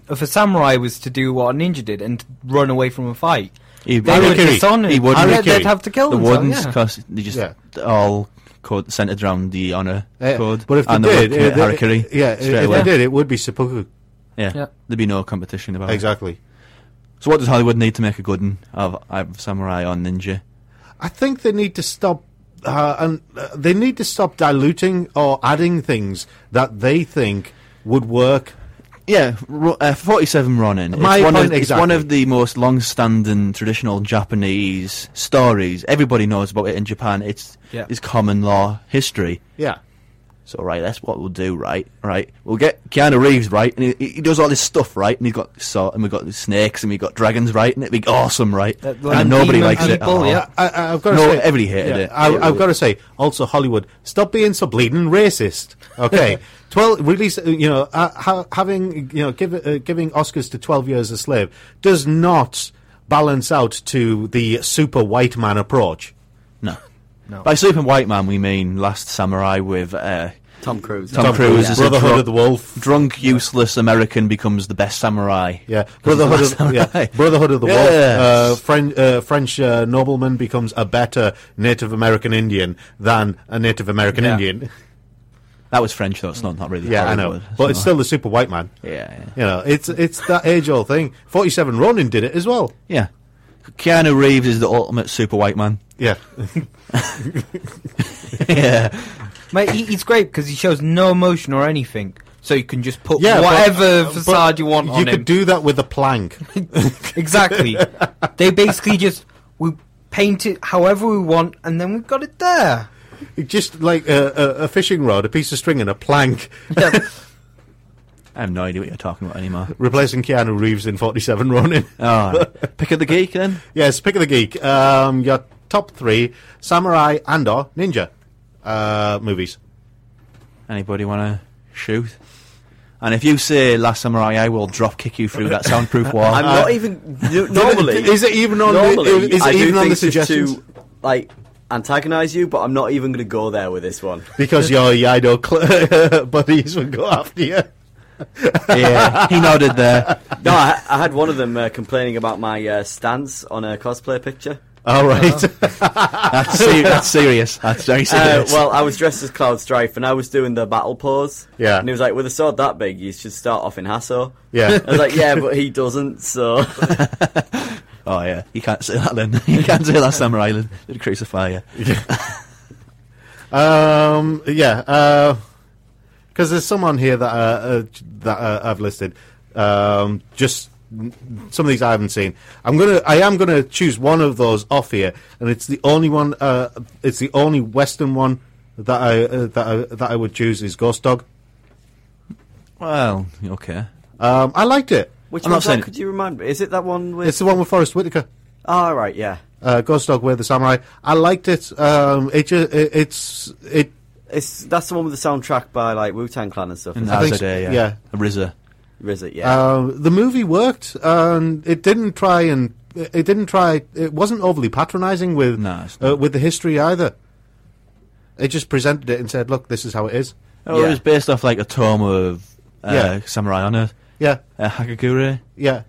if a samurai was to do what a ninja did and run away from a fight,
He-
they
Harry
would
Kiri.
dishonor.
He wouldn't.
They'd,
Harry
they'd
Kiri.
have to kill
the
themselves.
wardens
yeah.
because they just
Yeah.
all code centered around the honor
Uh,
code.
But if they
and
did,
would commit
uh, they-
harakiri
yeah, if
straight
if
away.
they did, it would be seppuku.
yeah,
Yeah.
there'd be no competition about it.
Exactly.
So what does Hollywood need to make a good one of, of samurai or ninja?
I think they need to stop. Uh, and uh, they need to stop diluting or adding things that they think would work.
Yeah, ro- uh, 47 Ronin.
My
it's, one
point
of, it's one
exactly.
of the most long-standing traditional Japanese stories. Everybody knows about it in Japan. It's
Yeah.
it's common law history.
Yeah,
So right, that's what we'll do. Right, right. We'll get Keanu Reeves right, and he, he does all this stuff right, and he's got so, and we got snakes, and we got dragons right, and it'd be awesome right,
That- like
and nobody
demon
likes it. at
people,
all.
yeah.
I, I, I've got to
No,
say,
everybody hated it.
I,
It
I've
was-
got to say, also Hollywood, stop being so bleeding racist. Okay, twelve release. uh, You know, uh, ha, having you know, give, uh, giving Oscars to Twelve Years a Slave does not balance out to the super white man approach.
No. By super white man, we mean Last Samurai with uh,
Tom Cruise.
Tom,
Tom
Cruise
Cruise,
as
Brotherhood
a drunk,
of the Wolf.
drunk, useless American becomes the best samurai.
Yeah,
'Cause
Brotherhood
he's
of,
the last
yeah,
samurai.
Brotherhood of the Wolf.
Yes.
Uh, French, uh, French uh, nobleman becomes a better Native American Indian than a Native American
Yeah.
Indian.
That was French, though. It's not, not really.
Yeah, I know,
Hollywood,
but
so-
it's still the super white man.
Yeah, yeah.
You know, it's it's that age old thing. Forty seven Ronin did it as well.
yeah. Keanu Reeves is the ultimate super white man.
Yeah,
yeah.
Mate, he, he's great because he shows no emotion or anything, so you can just put
yeah. but-
whatever
uh,
facade
but
you want
You
on
could
him.
do that with a plank.
exactly. they basically just we paint it however we want, and then we've got it there.
Just like a, a, a fishing rod, a piece of string, and a plank.
Yeah.
I have no idea what you're talking about anymore.
Replacing Keanu Reeves in forty seven Ronin.
Oh, pick of the geek then.
Yes, pick of the geek. Um, your top three samurai and or ninja uh, movies.
Anybody want to shoot? And if you say Last Samurai, I will drop kick you through that soundproof wall.
I'm not even n- normally.
Uh, is it even on the-
normally,
is it
I do
even on
things
the
just
suggestions?
To, like antagonize you, but I'm not even going to go there with this one.
Because your Yido cl- buddies would go after you.
Uh-huh.
yeah, he nodded there.
No, I, I had one of them uh, complaining about my uh, stance on a cosplay picture.
All right.
That's, ser- that's serious. That's very
Uh,
serious.
well, I was dressed as Cloud Strife and I was doing the battle pose.
Yeah.
And he was like, with a sword that big, you should start off in Hasso.
Yeah.
I was like, yeah, but he doesn't, so.
oh yeah, you can't say that then. You can't say Last Samurai. Then. They'd crucify you.
Um, yeah, because there's someone here that uh, uh, that uh, I've listed. Um, just some of these I haven't seen. I'm gonna, I am gonna choose one of those off here, and it's the only one. Uh, it's the only Western one that I uh, that I, that I would choose is Ghost Dog.
Well, okay.
Um, I liked it.
Which
I'm
one
not saying-
could you remind me? Is it that one with.
It's the one with Forrest Whitaker.
Oh, right, yeah.
Uh, Ghost Dog, Where the Samurai. I liked it. Um, it ju- it, it's it.
It's That's the one with the soundtrack by, like, Wu Tang Clan and stuff.
And
Is
I
Hazard,
think so,
yeah,
yeah.
RZA.
Is it, yeah?
Um, the movie worked, and it didn't try and it didn't try. It wasn't overly patronising with
No, it's
uh,
not.
with the history either. It just presented it and said, "Look, this is how it is."
Oh,
Yeah.
it was based off like a tome of uh,
Yeah.
samurai honor,
Yeah,
uh, Hagakure.
yeah,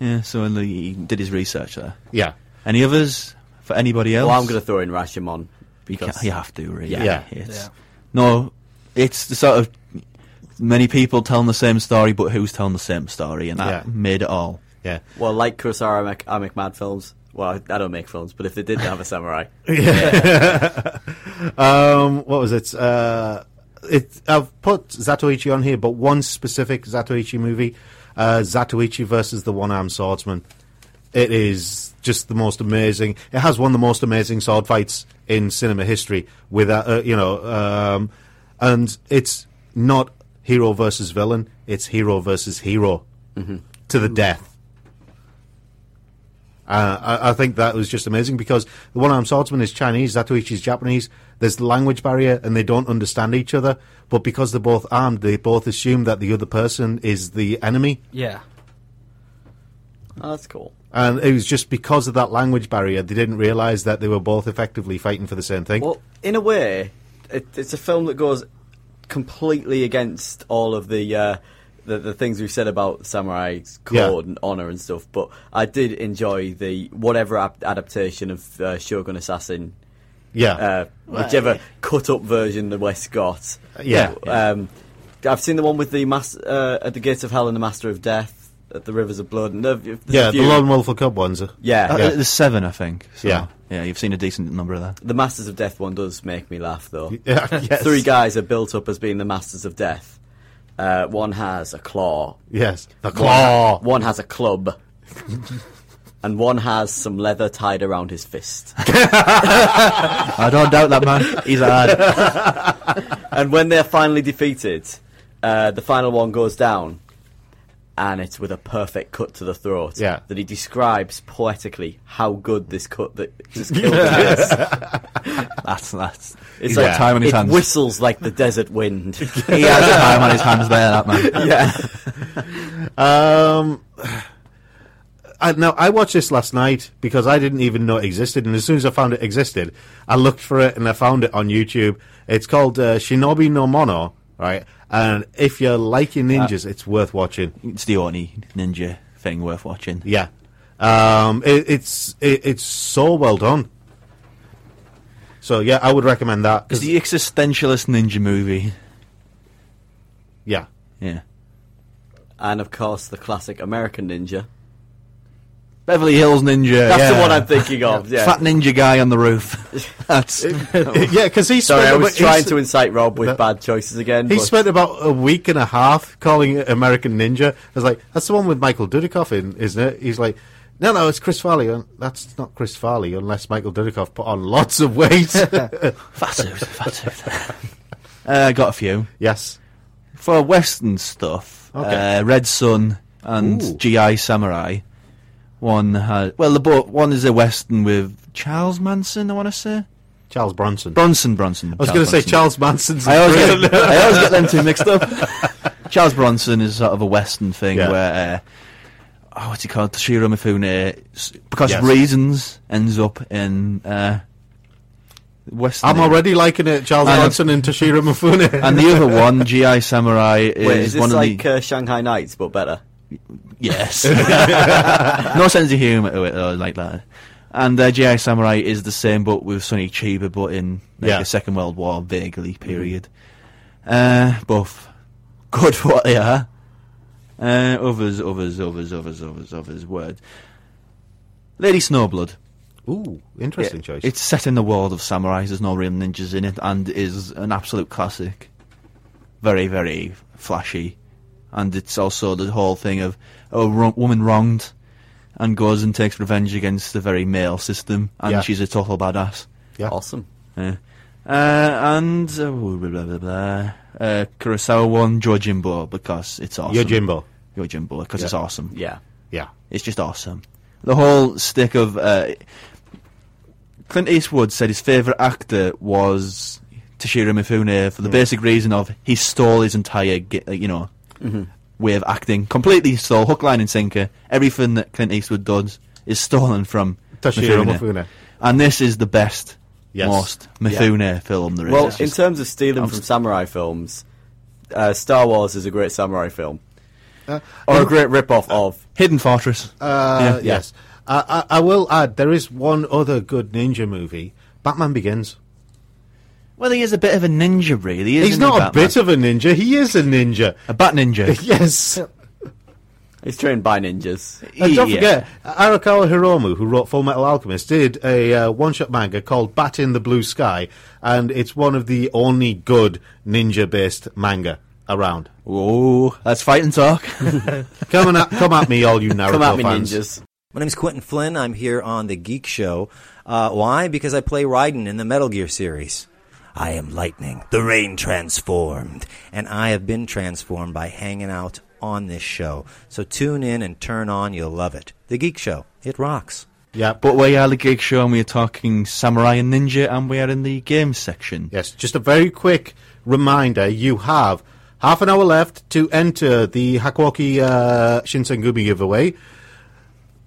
Yeah, so and he did his research there.
yeah.
Any others for anybody else?
well, I'm going to throw in Rashomon.
You,
Because
can't- you have to, really.
Yeah. Yeah.
It's,
Yeah.
No, it's the sort of many people telling the same story, but who's telling the same story, and that
Yeah.
made it all.
Yeah,
Well, like Kurosawa, I make, I make mad films. Well, I, I don't make films, but if they did, they have a samurai.
Um, what was it? Uh, it? I've put Zatoichi on here, but one specific Zatoichi movie, uh, Zatoichi versus the One-Armed Swordsman. It is just the most amazing. It has one of the most amazing sword fights in cinema history. With uh, you know, um, and it's not hero versus villain; it's hero versus hero to the death. Uh, I, I think that was just amazing because the one armed swordsman is Chinese, Zatoichi's Japanese. There's the language barrier and they don't understand each other. But because they're both armed, they both assume that the other person is the enemy.
yeah.
Oh, that's cool.
And it was just because of that language barrier, they didn't realize that they were both effectively fighting for the same thing.
Well, in a way, it, it's a film that goes completely against all of the uh, the, the things we've said about samurai code
Yeah.
and honor and stuff. But I did enjoy the whatever ap- adaptation of uh, Shogun Assassin,
Yeah.
uh, whichever cut up version the West got.
Yeah.
Um, I've seen the one with the mas- uh, at the gates of hell and the master of death at the rivers of blood. And there's a
yeah, the
few-
Lone Wolf and Cub ones. are-
Yeah,
Uh,
Yeah.
There's seven, I think. So,
Yeah.
yeah, you've seen a decent number of that.
the Masters of Death one does make me laugh though.
Yeah, yes.
Three guys are built up as being the Masters of Death. Uh, one has a claw,
Yes. The Claw.
One, one has a club, and one has some leather tied around his fist.
I don't doubt that man. He's hard.
and when they're finally defeated, uh, the final one goes down, and it's with a perfect cut to the throat.
Yeah.
That he describes poetically how good this cut that just killed him is.
That's that's.
It's
he's got
like-
time on his
it
hands.
whistles like the desert wind.
he has time on his hands there, that man.
yeah.
Um, I, now I watched this last night because I didn't even know it existed, and as soon as I found it existed, I looked for it and I found it on YouTube. It's called uh, Shinobi no Mono, right? And if you like your ninjas, it's worth watching.
It's the only ninja thing worth watching.
Yeah, um, it, it's it, it's so well done. So yeah, I would recommend that.
It's
'cause-
the existentialist ninja movie.
yeah,
Yeah.
and of course the classic American Ninja.
Beverly Hills Ninja.
That's the
yeah.
one I'm thinking of. Yeah.
Fat ninja guy on the roof. That's
yeah, because he
Oh.
spent
Sorry, I
a
was
bit-
trying
he's-
to incite Rob with
that-
bad choices again.
He
but-
spent about a week and a half calling it American Ninja. I was like, that's the one with Michael Dudikoff in, isn't it? He's like, no, no, it's Chris Farley. And That's not Chris Farley unless Michael Dudikoff put on lots of weight.
fat suit. Fat suit. uh, got a few
yes.
for Western stuff.
Okay.
Uh, Red Sun and
Ooh.
GI Samurai. One had well, the boat. One is a Western with Charles Manson. I want to say
Charles Bronson.
Bronson. Bronson.
I was going to say
Bronson.
Charles Manson's.
I always, get, I always get them two mixed up. Charles Bronson is sort of a Western thing
Yeah.
where, uh, oh, what's he called? Toshiro Mifune, s- because
Yes.
of reasons, ends up in uh, Western.
I'm already liking it, Charles
I know.
Bronson and Toshiro Mifune.
And the other one, GI Samurai, is,
Wait, is this
one of
like
the
uh, Shanghai Nights but better?
yes, no sense of humour to it or like that. And uh, GI Samurai is the same, but with Sonny Chiba, but in like,
Yeah.
the Second World War, vaguely period. Uh, both good for what they are. Uh, others, others, others, others, others, others. Word. Lady Snowblood.
Ooh, interesting
It-
choice.
It's set in the world of samurais. There's no real ninjas in it, and is an absolute classic. Very, very flashy, and it's also the whole thing of a wrong, woman wronged, and goes and takes revenge against the very male system, and
Yeah.
she's a total badass.
yeah.
Awesome.
Yeah. Uh, and uh, blah blah blah. blah, blah. Uh, Kurosawa one Yojimbo because it's awesome.
Yojimbo.
Yojimbo because it's awesome.
Yeah.
Yeah.
It's just awesome. The whole stick of uh, Clint Eastwood said his favorite actor was Toshiro Mifune for the basic reason of he stole his entire ge- uh, you know
Mm-hmm.
way of acting completely stole hook line and sinker. Everything that Clint Eastwood does is stolen from
Toshiro Mifune.
and this is the best,
Yes.
most Mifune film there is.
Well,
It's
in
just-
terms of stealing from samurai films, uh, Star Wars is a great samurai film.
Uh,
or a great rip-off of.
Hidden Fortress.
Uh,
Yeah.
Yes. I, I, I will add, there is one other good ninja movie Batman Begins.
well, he is a bit of a ninja, really. Isn't
He's
he,
not a
Batman?
bit of a ninja, he is a ninja.
a bat ninja.
Yes.
He's trained by ninjas.
And don't
Yeah.
forget, Arakawa Hiromu, who wrote Full Metal Alchemist, did a uh, one-shot manga called Bat in the Blue Sky, and it's one of the only good ninja-based manga around.
Whoa, that's fight and talk.
Come, and at, come at me, all you Naruto
Come at me,
fans.
ninjas.
My name is Quentin Flynn. I'm here on The Geek Show. Uh, why? Because I play Raiden in the Metal Gear series. I am lightning, the rain transformed, and I have been transformed by hanging out on this show. So tune in and turn on. You'll love it. The Geek Show. It rocks.
Yeah, but
But we are the geek show and we are talking samurai and ninja and we are in the game section.
yes, just a very quick reminder: you have half an hour left to enter the Hakuoki uh, Shinsengumi giveaway.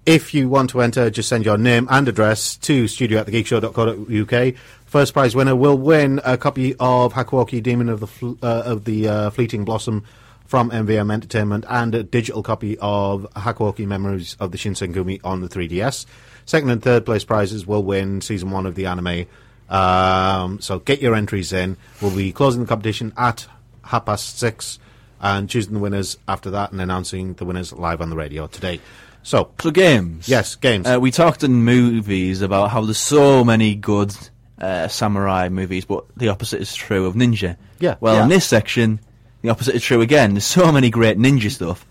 If you want to enter, just send your name and address to studio at thegeekshow.co.uk. First prize winner will win a copy of Hakuoki Demon of the Fl- uh, of the uh, Fleeting Blossom from MVM Entertainment and a digital copy of Hakuoki Memories of the Shinsengumi on the 3DS. Second and third place prizes will win season one of the anime. Um, so get your entries in. We'll be closing the competition at half past six and choosing the winners after that and announcing the winners live on the radio today. So,
So games.
Yes, games.
Uh, we talked in movies about how there's so many good uh, samurai movies, but the opposite is true of ninja.
Yeah.
Well,
Yeah.
in this section, the opposite is true again. There's so many great ninja stuff,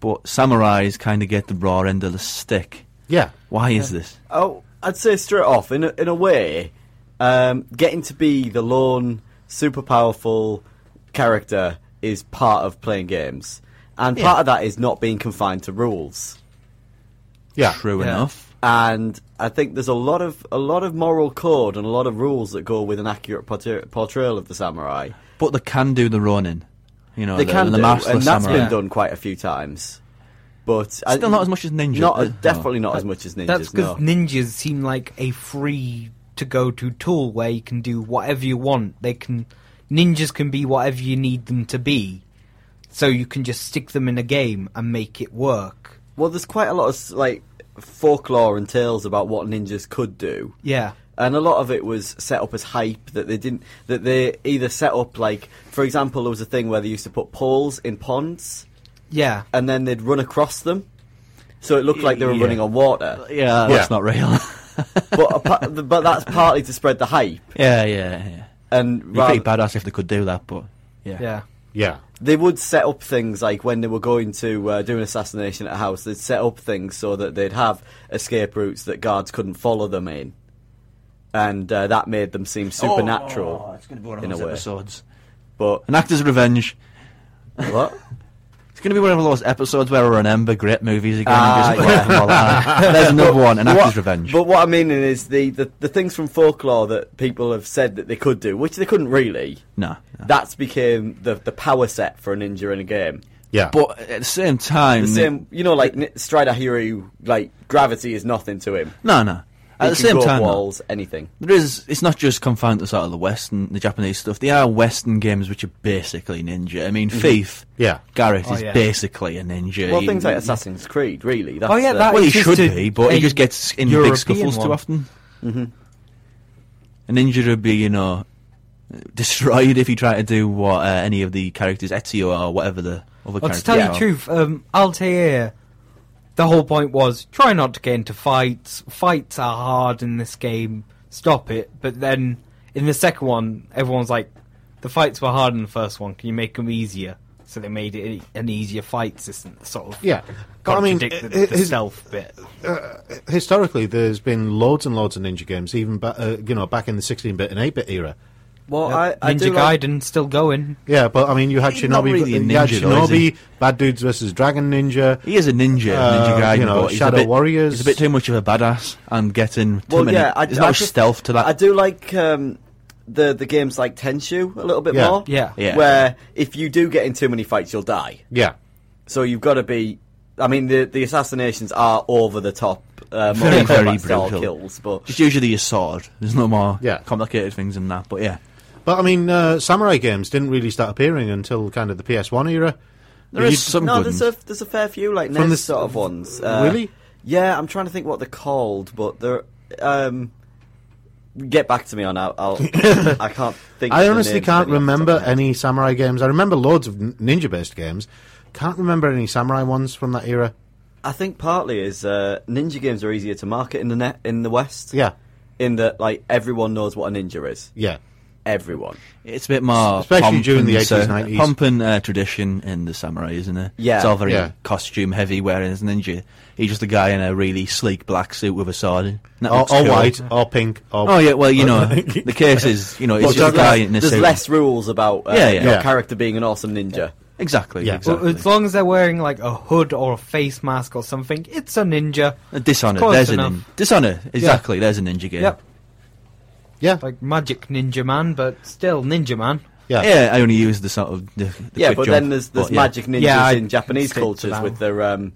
but samurais kind of get the raw end of the stick.
yeah.
Why is this?
Oh, I'd say straight off, in a, in a way, um, getting to be the lone super powerful character is part of playing games, and part of that is not being confined to rules.
Yeah.
True enough.
And I think there's a lot of a lot of moral code and a lot of rules that go with an accurate portray- portrayal of the samurai.
But they can do the running. You know,
They
Oh, the,
can
the
do,
master
and that's
samurai.
been done quite a few times. But
Still not as much as ninja,
Not
uh,
definitely not as much as ninjas.
That's because
no.
ninjas seem like a free to go to tool where you can do whatever you want. They can ninjas can be whatever you need them to be. So you can just stick them in a game and make it work.
Well, there's quite a lot of like folklore and tales about what ninjas could do.
Yeah.
And a lot of it was set up as hype that they didn't that they either set up like for example there was a thing where they used to put poles in ponds
Yeah.
and then they'd run across them. So it looked like they were running on water.
Yeah, that's not real.
But apart, but that's partly to spread the hype
yeah, yeah, yeah.
and
You'd be
rather,
pretty badass if they could do that, but yeah.
Yeah.
Yeah.
they would set up things like when they were going to uh, do an assassination at a house, they'd set up things so that they'd have escape routes that guards couldn't follow them in, and uh, that made them seem supernatural.
Oh, it's going to be one of
in a
those
way.
episodes.
But
An actor's revenge.
what?
It's going to be one of those episodes where I remember great movies again.
Ah,
and just
yeah.
yeah. all that. There's another one, an actor's
What-
revenge.
But what I mean is the, the the things from folklore that people have said that they could do, which they couldn't really.
no, no.
That's became the the power set for a ninja in a game.
Yeah.
But at the same time,
The same, you know, like N- Strider Hero, like gravity is nothing to him.
no, no. At
He
the
can
same
go up
time, though,
walls, anything.
there is. It's not just confined to sort of the Western, the Japanese stuff. There are Western games which are basically ninja. I mean, Thief.
Yeah.
Garrett
Oh,
is
yeah.
basically a ninja.
Mm-hmm. Well,
He-
things like Assassin's Creed, really. That's
Oh, yeah,
the-
that-
Well, he
It's just
should
a-
be, but
a
he just gets in
European
big scuffles
one.
too often. Mm-hmm. A ninja would be, you know, destroyed if he tried to do what uh, any of the characters, Ezio or whatever the other
Well,
characters.
to tell you
are.
the truth, um, Altair, the whole point was try not to get into fights. Fights are hard in this game. Stop it. But then in the second one, everyone's like, the fights were hard in the first one. Can you make them easier? So they made it e-, an easier fight system, sort of.
Yeah. But I mean,
Contradict
it-
the,
it-
the
his-
stealth bit.
historically, there's been loads and loads of ninja games, even ba- uh, you know back in the 16-bit and 8-bit era.
well, I, I do
Ninja
like-
Gaiden still going.
Yeah, but I mean, you had
He's not
Shinobi,
really a
you had
ninja, though, is he?
Shinobi, Bad Dudes versus Dragon Ninja.
He is a ninja,
Uh,
ninja guy,
you know,
but he's
Shadow
a bit,
Warriors.
He's a bit too much of a badass and getting too
Well,
many.
yeah, I,
there's
I
not much
just-
stealth to that.
I do like um, the the games like Tenshu a little bit
Yeah.
more.
Yeah.
Yeah.
Where if you do get in too many fights, you'll die.
Yeah.
So you've got to be. I mean, the the assassinations are over the top, uh,
Very,
Mortal
very
Kombat style
brutal.
kills, but
Just usually a sword. There's no more
Yeah.
complicated things than that. But yeah,
But I mean, uh, samurai games didn't really start appearing until kind of the PS1 era.
there is
You'd-
some
no,
good.
there's
ones.
a there's a fair few like
From
NES
the s-
sort of ones. uh,
Really?
Yeah, I'm trying to think what they're called, but they're. Um, get back to me on that. I'll. I can't think. of
I
the
honestly can't
names of any off the top of
remember
my head.
any samurai games. I remember loads of n- ninja-based games. Can't remember any samurai ones from that era.
I think partly is uh, ninja games are easier to market in the net in the West.
Yeah.
in that like everyone knows what a ninja is.
Yeah.
Everyone.
It's a bit more
Especially
pomp
during
and,
the 80s,
uh,
90s.
Pomp and uh, tradition in the samurai, isn't it?
Yeah.
it's all very
Yeah.
costume heavy. Whereas ninja, he's just a guy in a really sleek black suit with a sword. and that
Or,
looks
or
cool.
white, or pink, or...
Oh yeah, well you know the case is you know it's
But
just
there's
a guy
less,
in a
there's
suit.
less rules about uh,
Yeah, yeah.
your
Yeah.
character being an awesome ninja.
Exactly.
Yeah.
exactly.
Well, as long as they're wearing like a hood or a face mask or something, it's a ninja.
Uh, Dishonor.
Close
There's
enough.
a nin- dishonor. Exactly. There's a ninja game.
Yep.
Yeah.
Like Magic Ninja Man, but still Ninja Man.
Yeah.
Yeah, I only use the sort of the, the
yeah,
quick
but
jump,
then there's there's
but, yeah.
magic ninjas
Yeah, I-
in Japanese
stick to
cultures
that
with
one.
their um,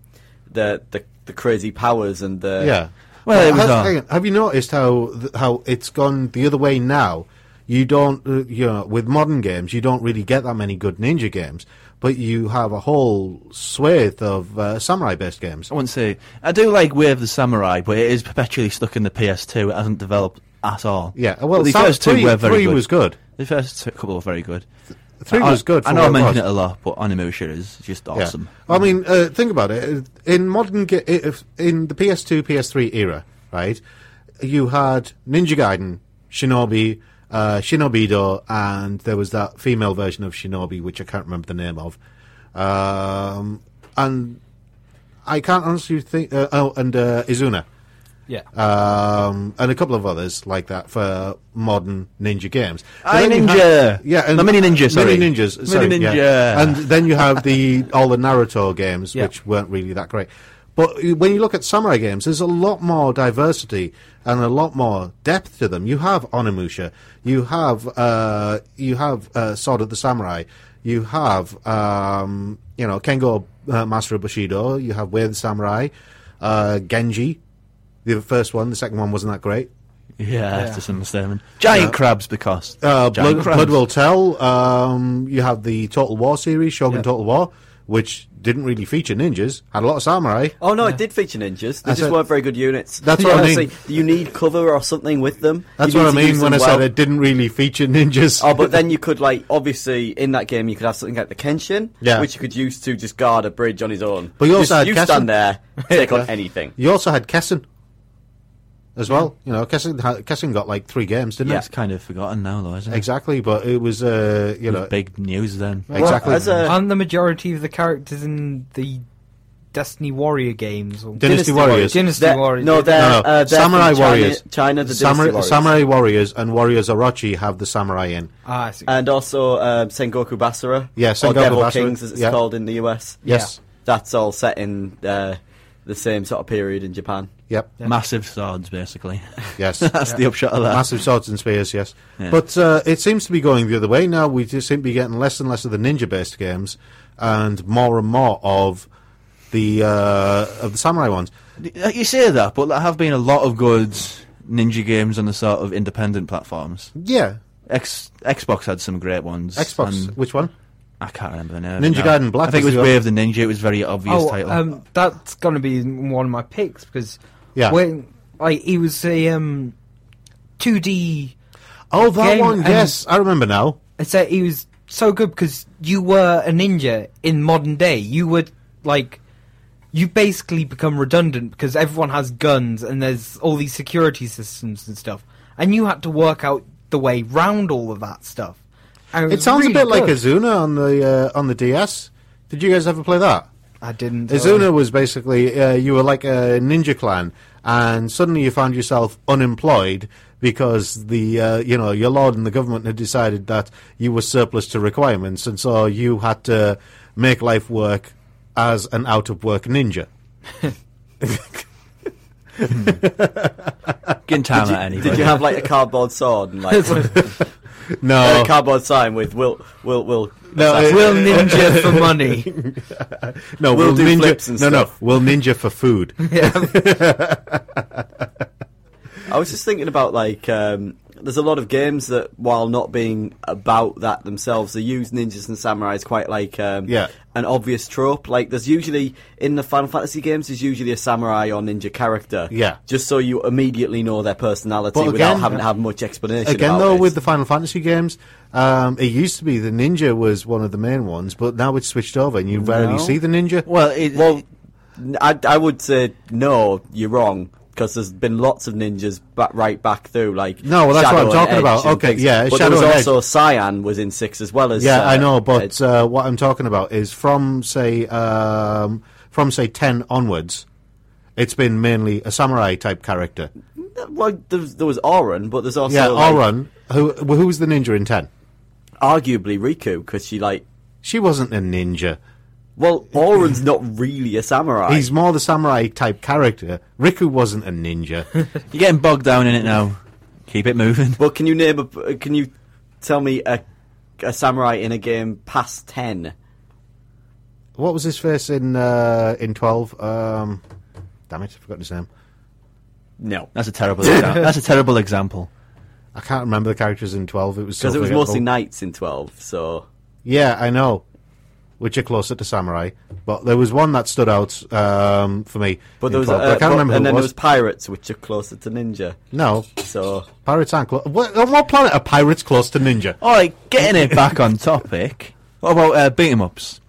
the, the the crazy powers and the
Yeah.
Well, it was uh,
has-
all-
hang on, have you noticed how th- how it's gone the other way now? You don't, uh, you know, with modern games, you don't really get that many good ninja games. but you have a whole swathe of uh, samurai-based games.
I wouldn't say I do like Way of the Samurai, but it is perpetually stuck in the PS2. It hasn't developed at all.
Yeah, well,
But the
Sam-
first two
three-
were very
three
good.
was good.
The first two, couple were very good.
Three
I,
was good.
I
for
know
what
I mention
was.
it a lot, but Animusha is just
Yeah.
awesome.
I mean, uh, think about it. In modern, ga- if, in the PS2, PS3 era, right, you had Ninja Gaiden, Shinobi, uh, Shinobido, and there was that female version of Shinobi, which I can't remember the name of. Um, and I can't honestly think. Uh, oh, and uh, Izuna.
Yeah.
Um, and a couple of others like that for modern ninja games. So
Aye,
then you
ninja.
have- yeah, and
No, mini ninja, sorry.
mini ninjas,
Mini
sorry, yeah.
ninja.
And then you have the all the Naruto games,
Yeah.
which weren't really that great. But uh, when you look at samurai games, there's a lot more diversity and a lot more depth to them. You have Onimusha, you have uh, you have uh, Sword of the Samurai, you have um, you know Kengo uh, Master of Bushido, you have Way of the Samurai, uh, Genji, the first one, the second one wasn't that great.
Yeah, that's just understanding. Giant crabs because
Uh,
giant
Blood, Blood Will Tell. Um, you have the Total War series, Shogun Total War, which didn't really feature ninjas, had a lot of samurai.
Oh no, it did feature ninjas. They
I
just
said-
weren't very good units.
That's what I mean.
Honestly, You need cover or something with them.
That's
You
what I
need to
mean
use
when I
them
said
well.
it didn't really feature ninjas.
Oh, but then you could like obviously in that game you could have something like the Kenshin,
Yeah.
which you could use to just guard a bridge on his own.
But you also
just,
had
you
Kessen.
stand there, take on anything.
you also had Kessen as well. You know, Kessen, ha- Kessen got like three games, didn't
That's
it?
kind of forgotten now, though, isn't it?
Exactly, but it was, uh, you
It
know,
was big news then.
exactly.
As a-
and the majority of the characters in the Destiny Warrior games. Or
Dynasty Warriors.
Dynasty
They're-
Warriors.
No, they're,
no, no.
Uh, they're
samurai
from China,
warriors.
China, the Dynasty
samurai,
Warriors.
samurai warriors and warriors Orochi have the samurai in.
Ah, I see.
and also um, Sengoku Basara.
Yeah,
or
Sengoku
Devil
Basara,
Kings, as it's
yeah.
called in the US.
Yes.
That's all set in uh, the same sort of period in Japan.
Yep.
Massive swords, basically.
Yes.
that's the upshot of that.
Massive swords and spears, yes.
Yeah.
But uh, it seems to be going the other way now. We just seem to be getting less and less of the ninja-based games, and more and more of the uh, of the samurai ones.
Like you say that, but there have been a lot of good ninja games on the sort of independent platforms.
Yeah,
X, Xbox had some great ones.
Xbox.
and
Which one?
I can't remember the name.
Ninja
now.
Gaiden Black
I think
was
it
the
was Way
other-
of the Ninja. It was a very obvious
oh,
title.
Um, that's going to be one of my picks because
Yeah.
when like he was a um, 2D.
Oh, that
Game
one.
and-
Yes, I remember now.
I said he was so good because you were a ninja in modern day. You would like you basically become redundant because everyone has guns and there's all these security systems and stuff, and you had to work out the way round all of that stuff. And
It
was
sounds
really
a bit like
good.
Azuna on the uh, on the DS. Did you guys ever play that?
I didn't. uh,
Izuna was basically uh, you were like a ninja clan, and suddenly you found yourself unemployed because the uh, you know your lord and the government had decided that you were surplus to requirements, and so you had to make life work as an out of work ninja.
Gintama,
Did,
anyway.
you have like a cardboard sword and like
No,
a cardboard sign with "Will Will Will"?
no, uh,
assassin?
Will ninja for money.
no,
we'll do
ninja.
flips and
no, no,
stuff.
we'll ninja for food.
I was just thinking about like um, there's a lot of games that, while not being about that themselves, they use ninjas and samurais quite like um,
Yeah.
an obvious trope. Like there's usually in the Final Fantasy games, there's usually a samurai or ninja character.
Yeah.
just so you immediately know their personality
But
without
again-
having to have much explanation.
Again,
about
though,
it.
with the Final Fantasy games, um, it used to be the ninja was one of the main ones, but now it's switched over, and you rarely
No.
see the ninja.
well, it,
well, I, I would say no, you're wrong. Because there's been lots of ninjas back, right back through, like
No, well, that's
Shadow
what I'm
and
talking
Edge
about.
and
Okay,
things.
yeah,
but
Shadow
there
and
was also Cyan was in six as well as
Yeah,
uh,
I know, but
Edge.
uh, what I'm talking about is from say um, from say ten onwards, it's been mainly a samurai type character.
Well, there's, there was Auron, but there's also
yeah,
like,
Auron, who who was the ninja in ten?
arguably Riku because she like
She wasn't a ninja.
well, Auron's not really a samurai.
He's more the samurai type character. Riku wasn't a ninja.
you're getting bogged down in it now. Keep it moving.
but can you name a? Can you tell me a, a samurai in a game past ten?
what was his face in uh, in twelve? Um, damn it, I forgot his name.
No,
That's a terrible. example. That's a terrible example.
I can't remember the characters in twelve. It was so
because it was
forgettable.
mostly knights in twelve. So
Yeah, I know. which are closer to samurai. But there was one that stood out um, for me.
But
in
there was,
Clock, but
uh,
I can't
but-
remember who
and then
it
there
was.
was pirates, which are closer to ninja.
no,
So
pirates aren't close. What, on what planet are pirates close to ninja?
Oh,
All right, getting it back on topic. What about uh, beat 'em ups?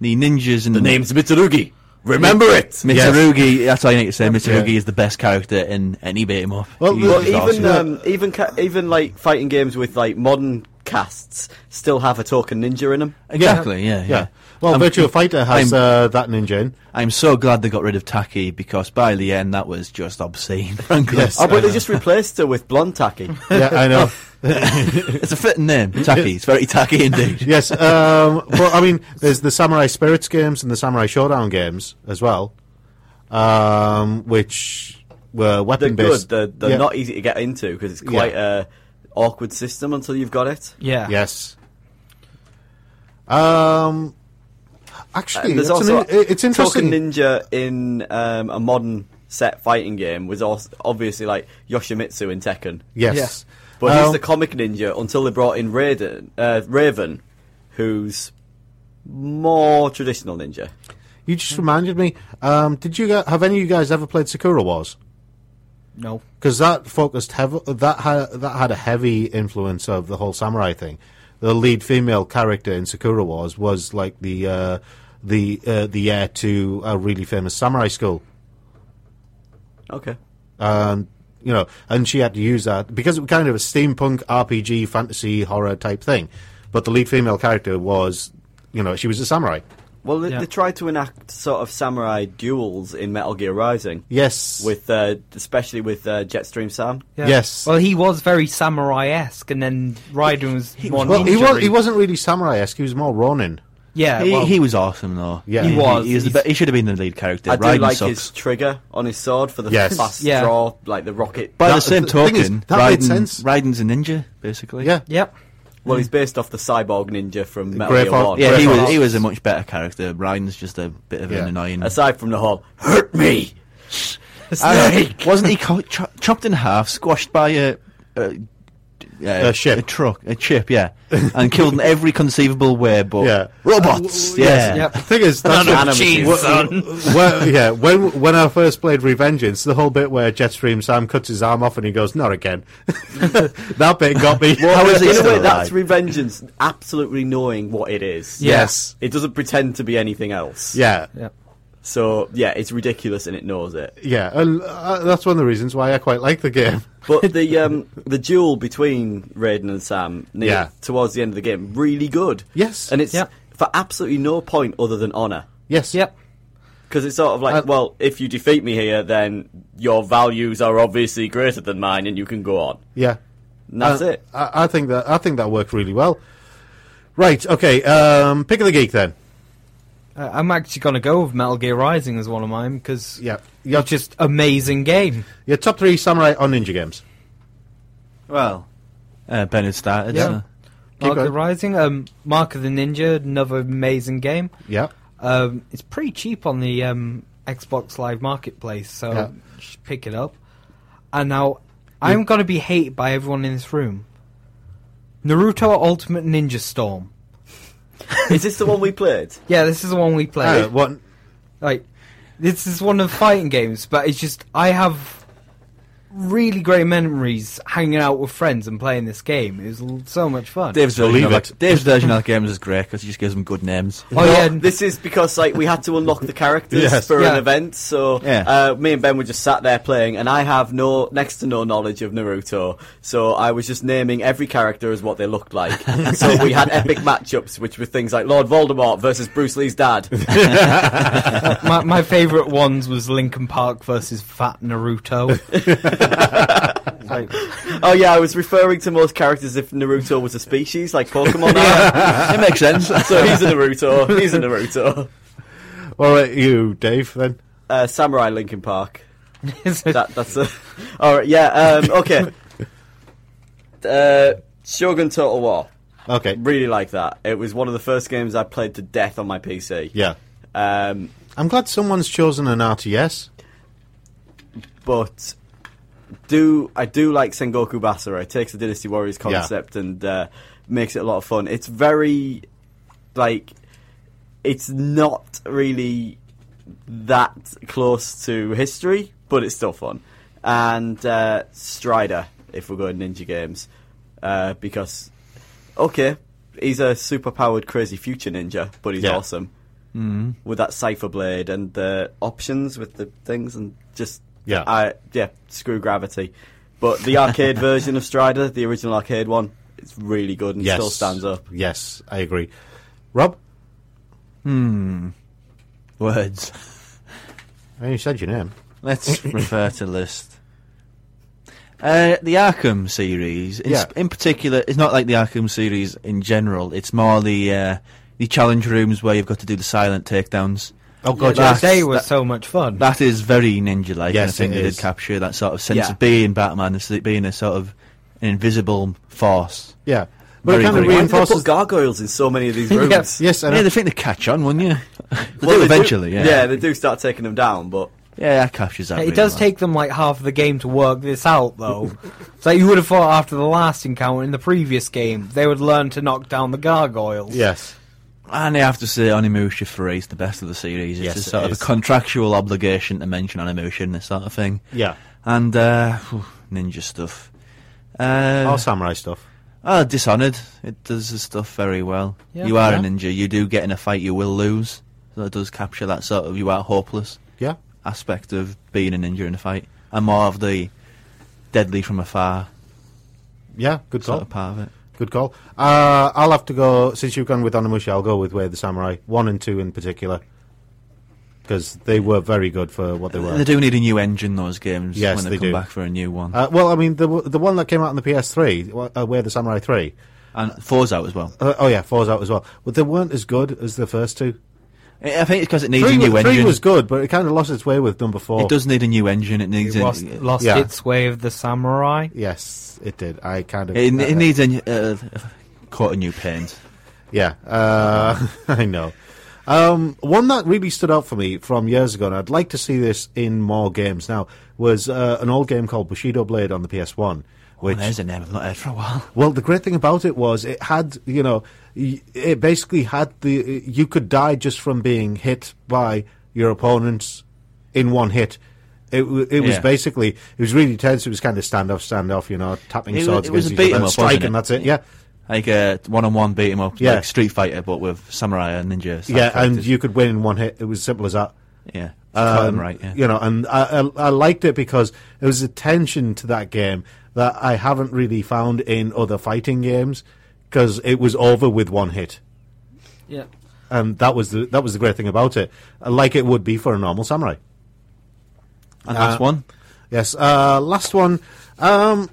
The ninjas and the
Mitsurugi. Remember it.
Mitsurugi. That's all you need to say. Mitsurugi is the best character in any beat 'em up.
Well,
He's
well,
just
It's
even
awesome.
um, even ca- even like fighting games with like modern casts still have a token ninja in them.
Exactly. Yeah. Yeah.
Yeah. Well,
I'm-
Virtua Fighter has
I'm-
uh, that ninja in.
I'm so glad they got rid of Taki because by the end that was just obscene. Frankly,
Yes.
Oh, but they just replaced her with blonde tacky.
Yeah, I know.
it's a fitting name. Taki. It's very tacky indeed.
yes, um, but I mean, there's the Samurai Spirits games and the Samurai Showdown games as well, um, which were
They're
weapon
good.
based.
They're, they're
Yeah.
not easy to get into because it's quite a awkward system until you've got it.
Yeah.
Yes. Um, actually,
And Uh, there's
that's an
also
in- it's interesting.
Token ninja in um, a modern set fighting game was also obviously like Yoshimitsu in Tekken.
yes,
But
Um,
he's the comic ninja until they brought in Raiden, uh, Raven, who's more traditional ninja.
you just reminded me. Um, did you gu- have any of you guys ever played Sakura Wars?
No.
because that focused heavy that had that had a heavy influence of the whole samurai thing. The lead female character in Sakura Wars was like the uh, the uh, the heir to a really famous samurai school,
Okay.
and you know, and she had to use that because it was kind of a steampunk RPG fantasy horror type thing. But the lead female character was, you know, she was a samurai.
Well, they,
Yeah.
they tried to enact sort of samurai duels in Metal Gear Rising.
Yes,
With uh, especially with uh, Jetstream Sam.
Yeah.
Yes.
Well, he was very samurai-esque, and then Raiden was more
well, he
ninja-y.
was he wasn't really samurai esque. He was more Ronin.
Yeah.
He,
well,
Uh, he was awesome though.
Yeah.
He was.
He, is the
He's-
be- he should have been the lead character.
I
Raiden
do like
sucks.
his trigger on his sword for the
Yes.
fast
Yeah.
draw, like the rocket.
By
That-
the same
the thing
token,
is, that made
Raiden-
sense.
Raiden's a ninja basically.
Yeah,
Yep.
well, he's based off the cyborg ninja from Metal
Grey
Gear
Fox-
One.
Yeah, he
Great
was,
arts.
he was a much better character. Ryan's just a bit of
Yeah.
an annoying.
Aside from the whole, hurt me.
I- wasn't he co- cho- chopped in half, squashed by a, a,
A ship.
a truck, a ship, yeah, and killed in every conceivable way. But
Yeah.
robots,
Uh, w-
yeah.
Yep.
The thing is, that's
Banana
what-
machine,
wh-
son.
wh- well, yeah, when when I first played Revengeance, the whole bit where Jetstream Sam cuts his arm off and he goes, "Not again." that bit got me.
How is he
in a
still
way,
alive?
that's revengeance. Absolutely knowing what it is.
Yeah.
yes,
It doesn't pretend to be anything else.
yeah,
Yep.
So yeah, it's ridiculous and it knows it.
yeah, and uh, that's one of the reasons why I quite like the game.
But the um, the duel between Raiden and Sam near,
Yeah.
towards the end of the game really good.
Yes.
and it's
Yeah.
for absolutely no point other than honor
Yes,
Yep.
because it's sort of like,
Uh,
well, if you defeat me here, then your values are obviously greater than mine, and you can go on.
yeah,
And that's
Uh,
it.
I, I think that I think that worked really well. Right, okay, um, pick of the geek then.
Uh, I'm actually gonna go with Metal Gear Rising as one of mine because
Yeah,
it's
your,
just amazing game.
your top three samurai or ninja games.
Well, uh, Ben had started.
Yeah.
so-
Metal Gear
going.
Rising, um, Mark of the Ninja, another amazing game.
Yeah,
Um, it's pretty cheap on the um, Xbox Live Marketplace, so
Yeah.
you should pick it up. And now I'm going to be hated by everyone in this room. Naruto Ultimate Ninja Storm.
Is this the one we played?
Yeah, this is the one we played.
uh, what?
like, this is one of the fighting games, but it's just I have really great memories hanging out with friends and playing this game. It was l- so much fun.
Dave's version,
Believe
of
it.
that, Dave's version of that game is great because he just gives them good names.
oh yeah, and-
This is because like we had to unlock the characters
Yes.
for an
Yeah.
event, so
Yeah.
uh, me and Ben were just sat there playing, and I have no next to no knowledge of Naruto, so I was just naming every character as what they looked like. so we had epic matchups, which were things like Lord Voldemort versus Bruce Lee's dad.
my, my favorite ones was Linkin Park versus Fat Naruto. It's like-
oh yeah, I was referring to most characters if Naruto was a species, like Pokemon.
it makes sense.
are. So he's a Naruto. He's a Naruto.
All right, you, Dave. Then
Uh, Samurai Linkin Park.
it's a-
that that's a all right. Yeah. Um, okay. uh, Shogun Total War.
okay,
Really like that. It was one of the first games I played to death on my PC.
yeah.
Um,
I'm glad someone's chosen an RTS.
but do I do like Sengoku Basara? It takes the Dynasty Warriors concept and uh, makes it a lot of fun. It's very like it's not really that close to history, but it's still fun. And uh, Strider, if we're going ninja games, uh, because okay, he's a super powered crazy future ninja, but he's
Yeah.
awesome with that cipher blade and the options with the things and just
Yeah.
I, yeah, screw gravity. But the arcade version of Strider, the original arcade one, it's really good and
Yes.
still stands up.
Yes, I agree. Rob,
Words.
well, you said your name.
Let's refer to list. Uh, the Arkham series, in,
Yeah.
in particular, it's not like the Arkham series in general. It's more the uh, the challenge rooms where you've got to do the silent takedowns.
Oh God,
Yeah,
yes.
They were so much fun.
That is very ninja-like. and I
Yes,
think
it
they
is.
did capture that sort of sense
Yeah.
of being Batman, of being a sort of invisible force.
Yeah, but it
Very
kind of
Why
good.
did they
reinforces.
put gargoyles in so many of these rooms?
Yes, I know.
yeah, they think they catch on, wouldn't you? they
Well, they
do
do-
eventually. yeah.
yeah, they do start taking them down, but
Yeah, that captures
It
that. really
does
well.
take them like half of the game to work this out, though. so you would have thought after the last encounter in the previous game, they would learn to knock down the gargoyles.
yes,
And I have to say, Onimusha 3 is the best of the series. It's
Yes,
a
it
sort of
is.
a contractual obligation to mention Onimusha and this sort of thing.
yeah.
And, uh, phew, ninja stuff. Uh,
All samurai stuff.
oh, Dishonored. It does the stuff very well.
Yeah.
you are
Yeah.
a ninja. You do get in a fight, you will lose. So it does capture that sort of you are hopeless
Yeah,
aspect of being a ninja in a fight. And more of the deadly from afar
yeah. Good
sort
call.
of part of it.
Good call. Uh, I'll have to go since you've gone with Onimusha. I'll go with Way of the Samurai one and two in particular because they were very good for what they were.
They do need a new engine, those games,
Yes,
when they,
they
come
do.
back for a new one.
Uh, well, I mean, the the one that came out on the PS3, wa- uh, Way of the Samurai three.
and Four's out as well.
Uh, oh yeah, four's out as well. But they weren't as good as the first two.
I I think it's because it needs
Three,
a new
wa- three
engine.
was good, but it kind of lost its way with number four.
It does need a new engine. It needs
It
a,
lost,
it,
lost
Yeah.
its way of the samurai.
Yes, it did. I kind of.
it,
uh,
needs a new- uh, coat of new paint.
Yeah, uh, I know. Um, one that really stood out for me from years ago, and I'd like to see this in more games now, was uh, an old game called Bushido Blade on the PS1. Which,
Well, Oh, there's a name I've not heard for a while.
well, the great thing about it was it had, you know, y- it basically had the. You could die just from being hit by your opponents in one hit. It, w- it was
Yeah.
basically it was really tense. It was kind of standoff, standoff, you know, tapping
It wa-
swords
it was
against
a
each other,
beat 'em up,
strike,
wasn't it?
and that's it. Yeah,
Like a one-on-one beat 'em up,
Yeah.
like Street Fighter, but with samurai and ninja. side
yeah, and
characters.
you could win in one hit. It was simple as that.
yeah, Got 'em
Um,
right. Yeah.
You know, and I, I, I liked it because there was a tension to that game that I haven't really found in other fighting games because it was over with one hit,
Yeah.
and that was the that was the great thing about it, like it would be for a normal samurai.
and
uh,
last one.
Yes. Uh, last one. Um,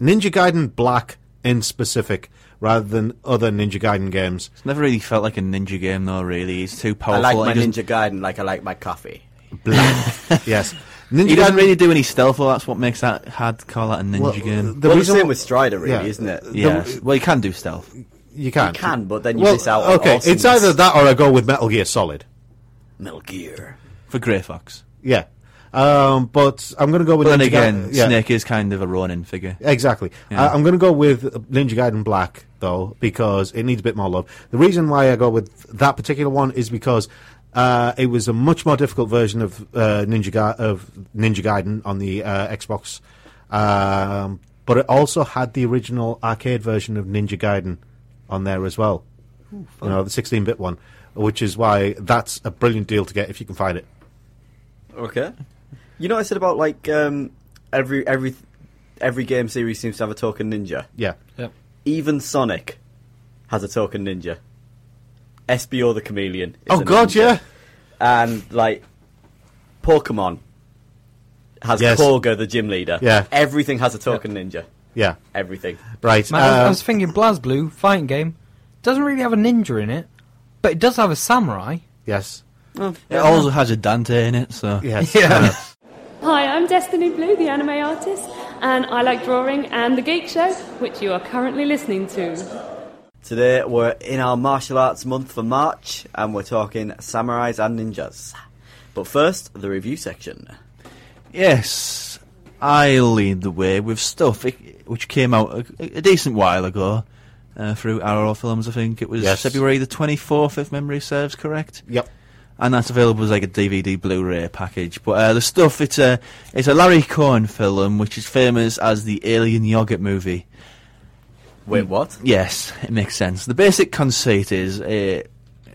Ninja Gaiden Black in specific, rather than other Ninja Gaiden games.
It's never really felt like a ninja game, though. Really, it's too
I
powerful.
like my
it doesn't,
Ninja Gaiden like I like my coffee.
yes. Ninja
He doesn't
Gaiden-
really do any stealth. Well, that's what makes that hard to call that a ninja
Well,
game.
the
well, the
reason
same with Strider, really,
yeah.
isn't it?
yeah, well, you can do stealth.
you can't.
You can, but then you miss out on
Okay, it's
awesomeness.
either that or I go with Metal Gear Solid.
Metal Gear.
For Grey Fox.
Yeah. Um, but I'm going to go with
But
Ninja
then again,
Gaiden. yeah,
Snake is kind of a Ronin figure.
Exactly.
Yeah.
I, I'm going to go with Ninja Gaiden Black, though, because it needs a bit more love. The reason why I go with that particular one is because uh, it was a much more difficult version of uh, Ninja Ga- of Ninja Gaiden on the uh, Xbox, um, but it also had the original arcade version of Ninja Gaiden on there as well. you know, the 16-bit one, which is why that's a brilliant deal to get if you can find it.
Okay. You know what I said about like um, every every every game series seems to have a token ninja.
Yeah.
Even Sonic has a token ninja. SBO the Chameleon. is
Oh
a
God,
ninja.
yeah.
And like Pokemon has
Yes.
Koga the gym leader.
Yeah.
Everything has a token ninja.
Yeah.
Everything.
Right.
Man, I, was, I
um,
was thinking BlazBlue fighting game doesn't really have a ninja in it, but it does have a samurai.
yes.
It also has a Dante in it, so
Yes.
Yeah.
Hi, I'm Destiny Blue, the anime artist, and I like drawing and The Geek Show, which you are currently listening to.
Today we're in our martial arts month for March and we're talking samurais and ninjas. But first, the review section.
Yes, I lead the way with stuff i- which came out a, a decent while ago. uh, through Arrow Films. I think it was
Yes.
February the 24th, if memory serves correct.
Yep.
And that's available as like a DVD Blu-ray package. But uh, the stuff it's a it's a Larry Cohen film, which is famous as the Alien Yogurt movie.
Wait,
Hmm.
what?
Yes, it makes sense. The basic conceit is a,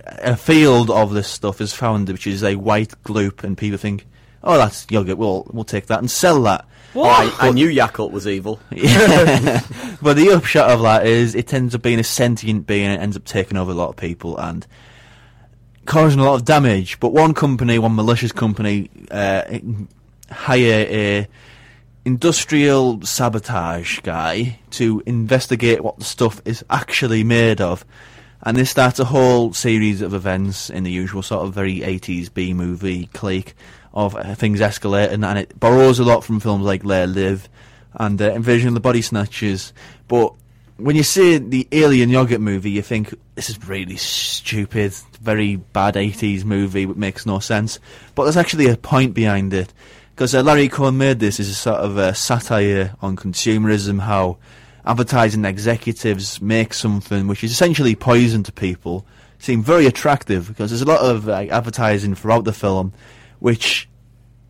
a field of this stuff is found, which is a white gloop, and people think, "Oh, that's yogurt. We'll we'll take that and sell that."
Oh, I, I knew Yakult was evil.
but the upshot of that is it ends up being a sentient being and it ends up taking over a lot of people and causing a lot of damage. But one company, one malicious company, uh, hire a industrial sabotage guy to investigate what the stuff is actually made of. And this starts a whole series of events in the usual sort of very 80s B movie clique of uh, things escalating, and it borrows a lot from films like Let It Live and uh, Invasion of the Body Snatchers. But when you see the Alien Yogurt movie, you think this is really stupid, very bad 80s movie, which makes no sense. But there's actually a point behind it. Because uh, Larry Cohen made this as a sort of uh, satire on consumerism, how advertising executives make something which is essentially poison to people seem very attractive because there's a lot of like, advertising throughout the film which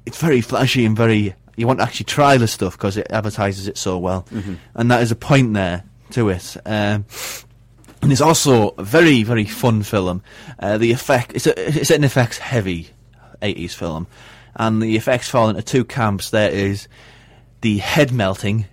it's very flashy and very you want to actually try the stuff because it advertises it so well and that is a point there to it um, and it's also a very very fun film uh, the effect it's, a, it's an effects heavy 80s film and the effects fall into two camps there is the head melting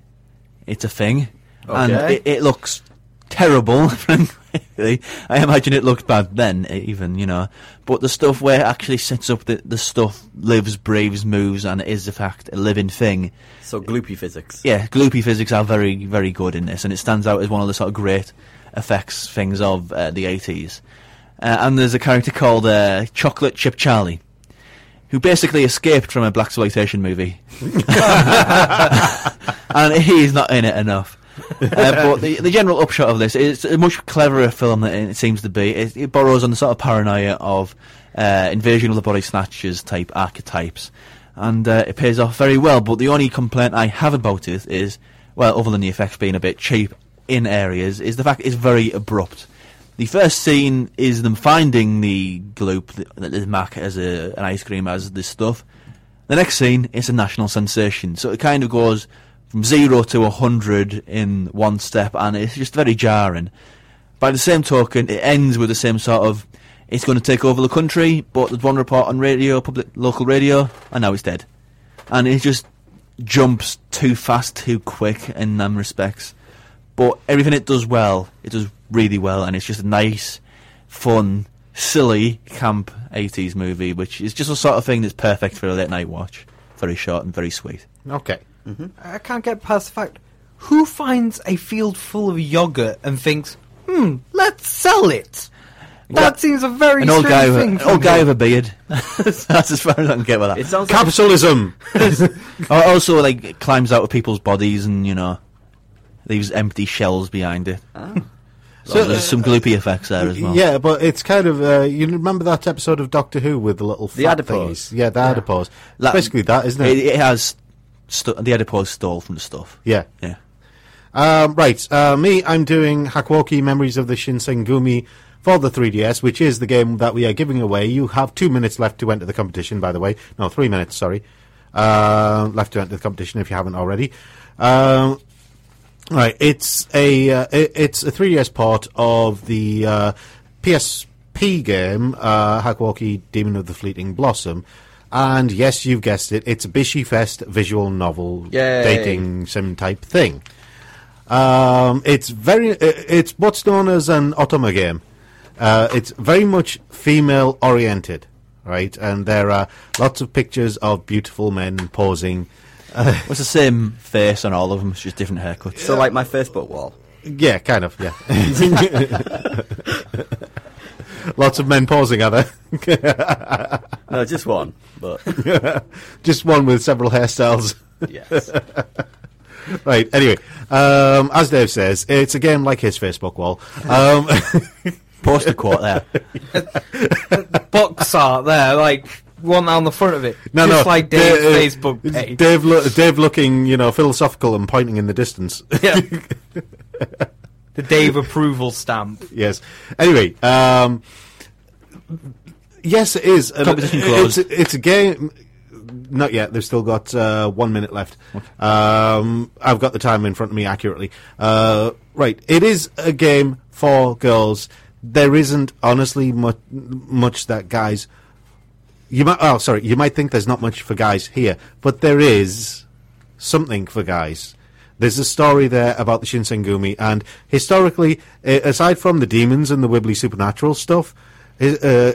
it's a thing and
Okay.
it, it looks terrible frankly i imagine it looked bad then even you know but the stuff where it actually sets up that the stuff lives breathes moves and is in fact a living thing
So gloopy physics.
yeah, gloopy physics are very, very good in this, and it stands out as one of the sort of great effects things of uh, the 80s. Uh, and there's a character called uh, Chocolate Chip Charlie, who basically escaped from a black exploitation movie, and he's not in it enough. uh, but the, the general upshot of this is it's a much cleverer film than it seems to be. It, it borrows on the sort of paranoia of uh, invasion of the body snatchers type archetypes, and uh, it pays off very well. But the only complaint I have about it is, well, other than the effects being a bit cheap in areas, is the fact it's very abrupt. The first scene is them finding the gloop that that is Mac as a, an ice cream as this stuff. The next scene is a national sensation. So it kind of goes from zero to a hundred in one step, and it's just very jarring. By the same token, it ends with the same sort of it's going to take over the country, but there's one report on radio, public local radio, and now it's dead. And it just jumps too fast, too quick in them respects. But everything it does well, it does really well, and it's just a nice, fun, silly camp 80s movie, which is just the sort of thing that's perfect for a late night watch. Very short and very sweet.
Okay.
I can't get past the fact who finds a field full of yogurt and thinks, hmm, let's sell it? That seems a very
An old
strange
guy, with,
thing.
an
for
old
me.
guy with a beard. That's as far as I can get with that.
It sounds like
Capitalism.
Or also, like, it climbs out of people's bodies and, you know, leaves empty shells behind it. So there's some gloopy effects there as well.
Ah. Yeah, but it's kind of uh, you remember that episode of Doctor Who with the little
The
fat
adipose.
thingies? Yeah, the adipose.
That-
Basically, that isn't
It,
it?
it has stu- the adipose stole from the stuff.
yeah.
Yeah.
Um, right, uh, me, I'm doing Hakuoki Memories of the Shinsengumi for the 3DS, which is the game that we are giving away. You have two minutes left to enter the competition, by the way. No, three minutes, sorry. Uh, left to enter the competition if you haven't already. Um, Right, it's a uh, it, it's a 3DS port of the uh, PSP game uh, Hakuoki Demon of the Fleeting Blossom, and yes, you've guessed it, it's a Bishi Fest visual novel
Yay.
dating sim type thing. Um, it's very i- it's what's known as an otoma game. Uh, it's very much female oriented, right? And there are lots of pictures of beautiful men posing.
It's the same face on all of them, it's just different haircuts.
so like my Facebook wall.
Yeah, kind of. Yeah. Lots of men pausing, are there?
No, just one. But
Just one with several hairstyles.
yes.
right. Anyway, um, as Dave says, it's a game like his Facebook wall. Um,
Post a quote there.
box art there, like one on the front of it.
no,
just
no.
like Dave's Facebook
Dave,
page.
uh, Dave, lo- Dave looking, you know, philosophical and pointing in the distance.
Yeah. The Dave approval stamp.
yes. Anyway, um, yes, it is. And
Competition
it's,
closed.
it's a game. Not yet. They've still got uh, one minute left. Um, I've got the time in front of me accurately. Uh, right. It is a game for girls. There isn't honestly much, much that guys. You might. Oh, sorry. You might think there's not much for guys here, but there is something for guys. There's a story there about the Shinsengumi, and historically, eh, aside from the demons and the wibbly supernatural stuff, hi- uh,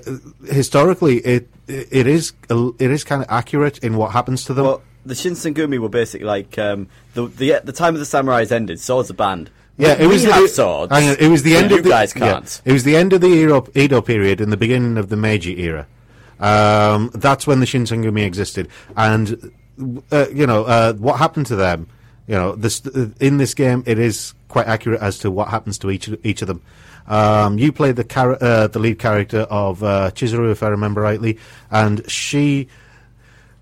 historically it it is it is kind of accurate in what happens to them.
Well, the Shinsengumi were basically like um, the, the the time of the samurais ended. Swords are banned.
yeah, it
We
was the, e-
have swords.
hang on, it was the end
you
of the
guys
yeah,
can't.
it was the end of the Edo, Edo period and the beginning of the Meiji era. Um, that's when the Shinsengumi existed, and uh, you know uh, what happened to them. You know, this uh, in this game, it is quite accurate as to what happens to each each of them. Um, you play the char- uh, the lead character of uh, Chizuru, if I remember rightly, and she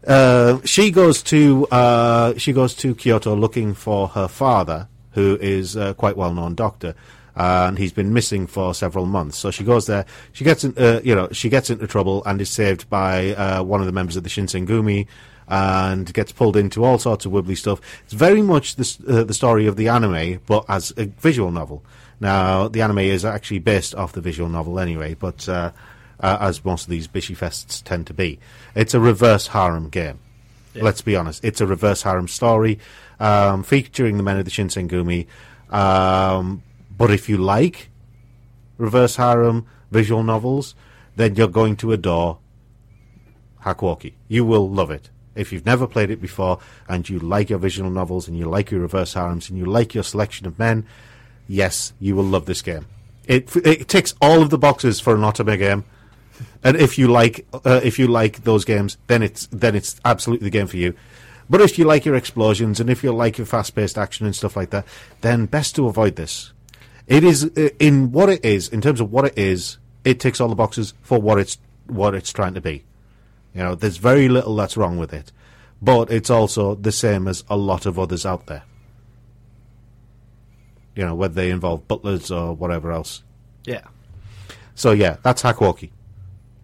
uh, she goes to uh, she goes to Kyoto looking for her father, who is a quite well known doctor, and he's been missing for several months. So she goes there. She gets in, uh, you know she gets into trouble and is saved by uh, one of the members of the Shinsengumi. And gets pulled into all sorts of wibbly stuff. It's very much the, s- uh, the story of the anime, but as a visual novel. Now, the anime is actually based off the visual novel anyway, but uh, uh, as most of these Bishy Fests tend to be. It's a reverse harem game. Let's be honest. It's a reverse harem story um, featuring the men of the Shinsengumi. Um, but if you like reverse harem visual novels, then you're going to adore Hakwaki. You will love it. If you've never played it before and you like your visual novels and you like your reverse harems and you like your selection of men, yes, you will love this game. It, it ticks all of the boxes for an Otome game. And if you like uh, if you like those games, then it's then it's absolutely the game for you. But if you like your explosions and if you like your fast-paced action and stuff like that, then best to avoid this. It is uh, in what it is in terms of what it is. It ticks all the boxes for what it's what it's trying to be. You know, there's very little that's wrong with it, but it's also the same as a lot of others out there. You know, whether they involve butlers or whatever else.
Yeah.
So yeah, that's Hakwalkie,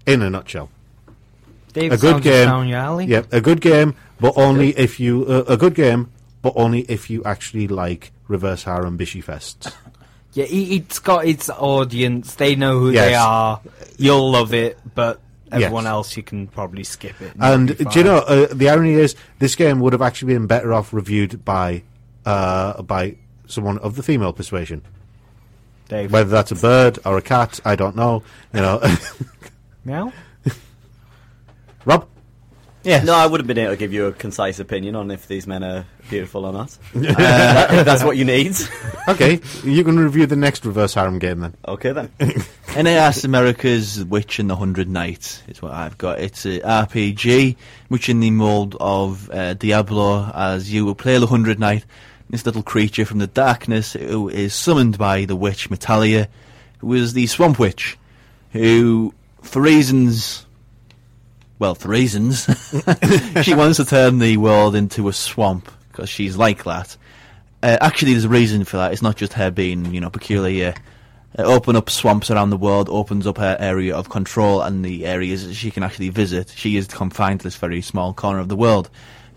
in a nutshell.
Dave
A good
sounds just
game.
down your alley.
Yep, a good game, but only if you uh, a good game, but only if you actually like reverse harem bishy fests.
Yeah, i- it's got its audience. They know who
Yes.
they are. You'll love it, but
Yes.
everyone else you can probably skip it.
And
it'll be
do you
fine.
know uh, the irony is this game would have actually been better off reviewed by uh, by someone of the female persuasion.
Dave?
Whether that's a bird or a cat, I don't know. You know,
Meow?
Rob.
Yes.
No, I would have been able to give you a concise opinion on if these men are beautiful or not. Uh, that- that's what you need.
Okay, you can review the next reverse harem game then.
Okay then.
NAS America's Witch and the Hundred Knights is what I've got. It's a RPG, much in the mould of uh, Diablo, as you will play the Hundred Knight, this little creature from the darkness who is summoned by the witch Metalia, who is the Swamp Witch, who, for reasons well, for reasons, she wants to turn the world into a swamp because she's like that. Uh, actually, there's a reason for that. It's not just her being, you know, peculiar. Uh, open up swamps around the world opens up her area of control and the areas that she can actually visit. She is confined to this very small corner of the world,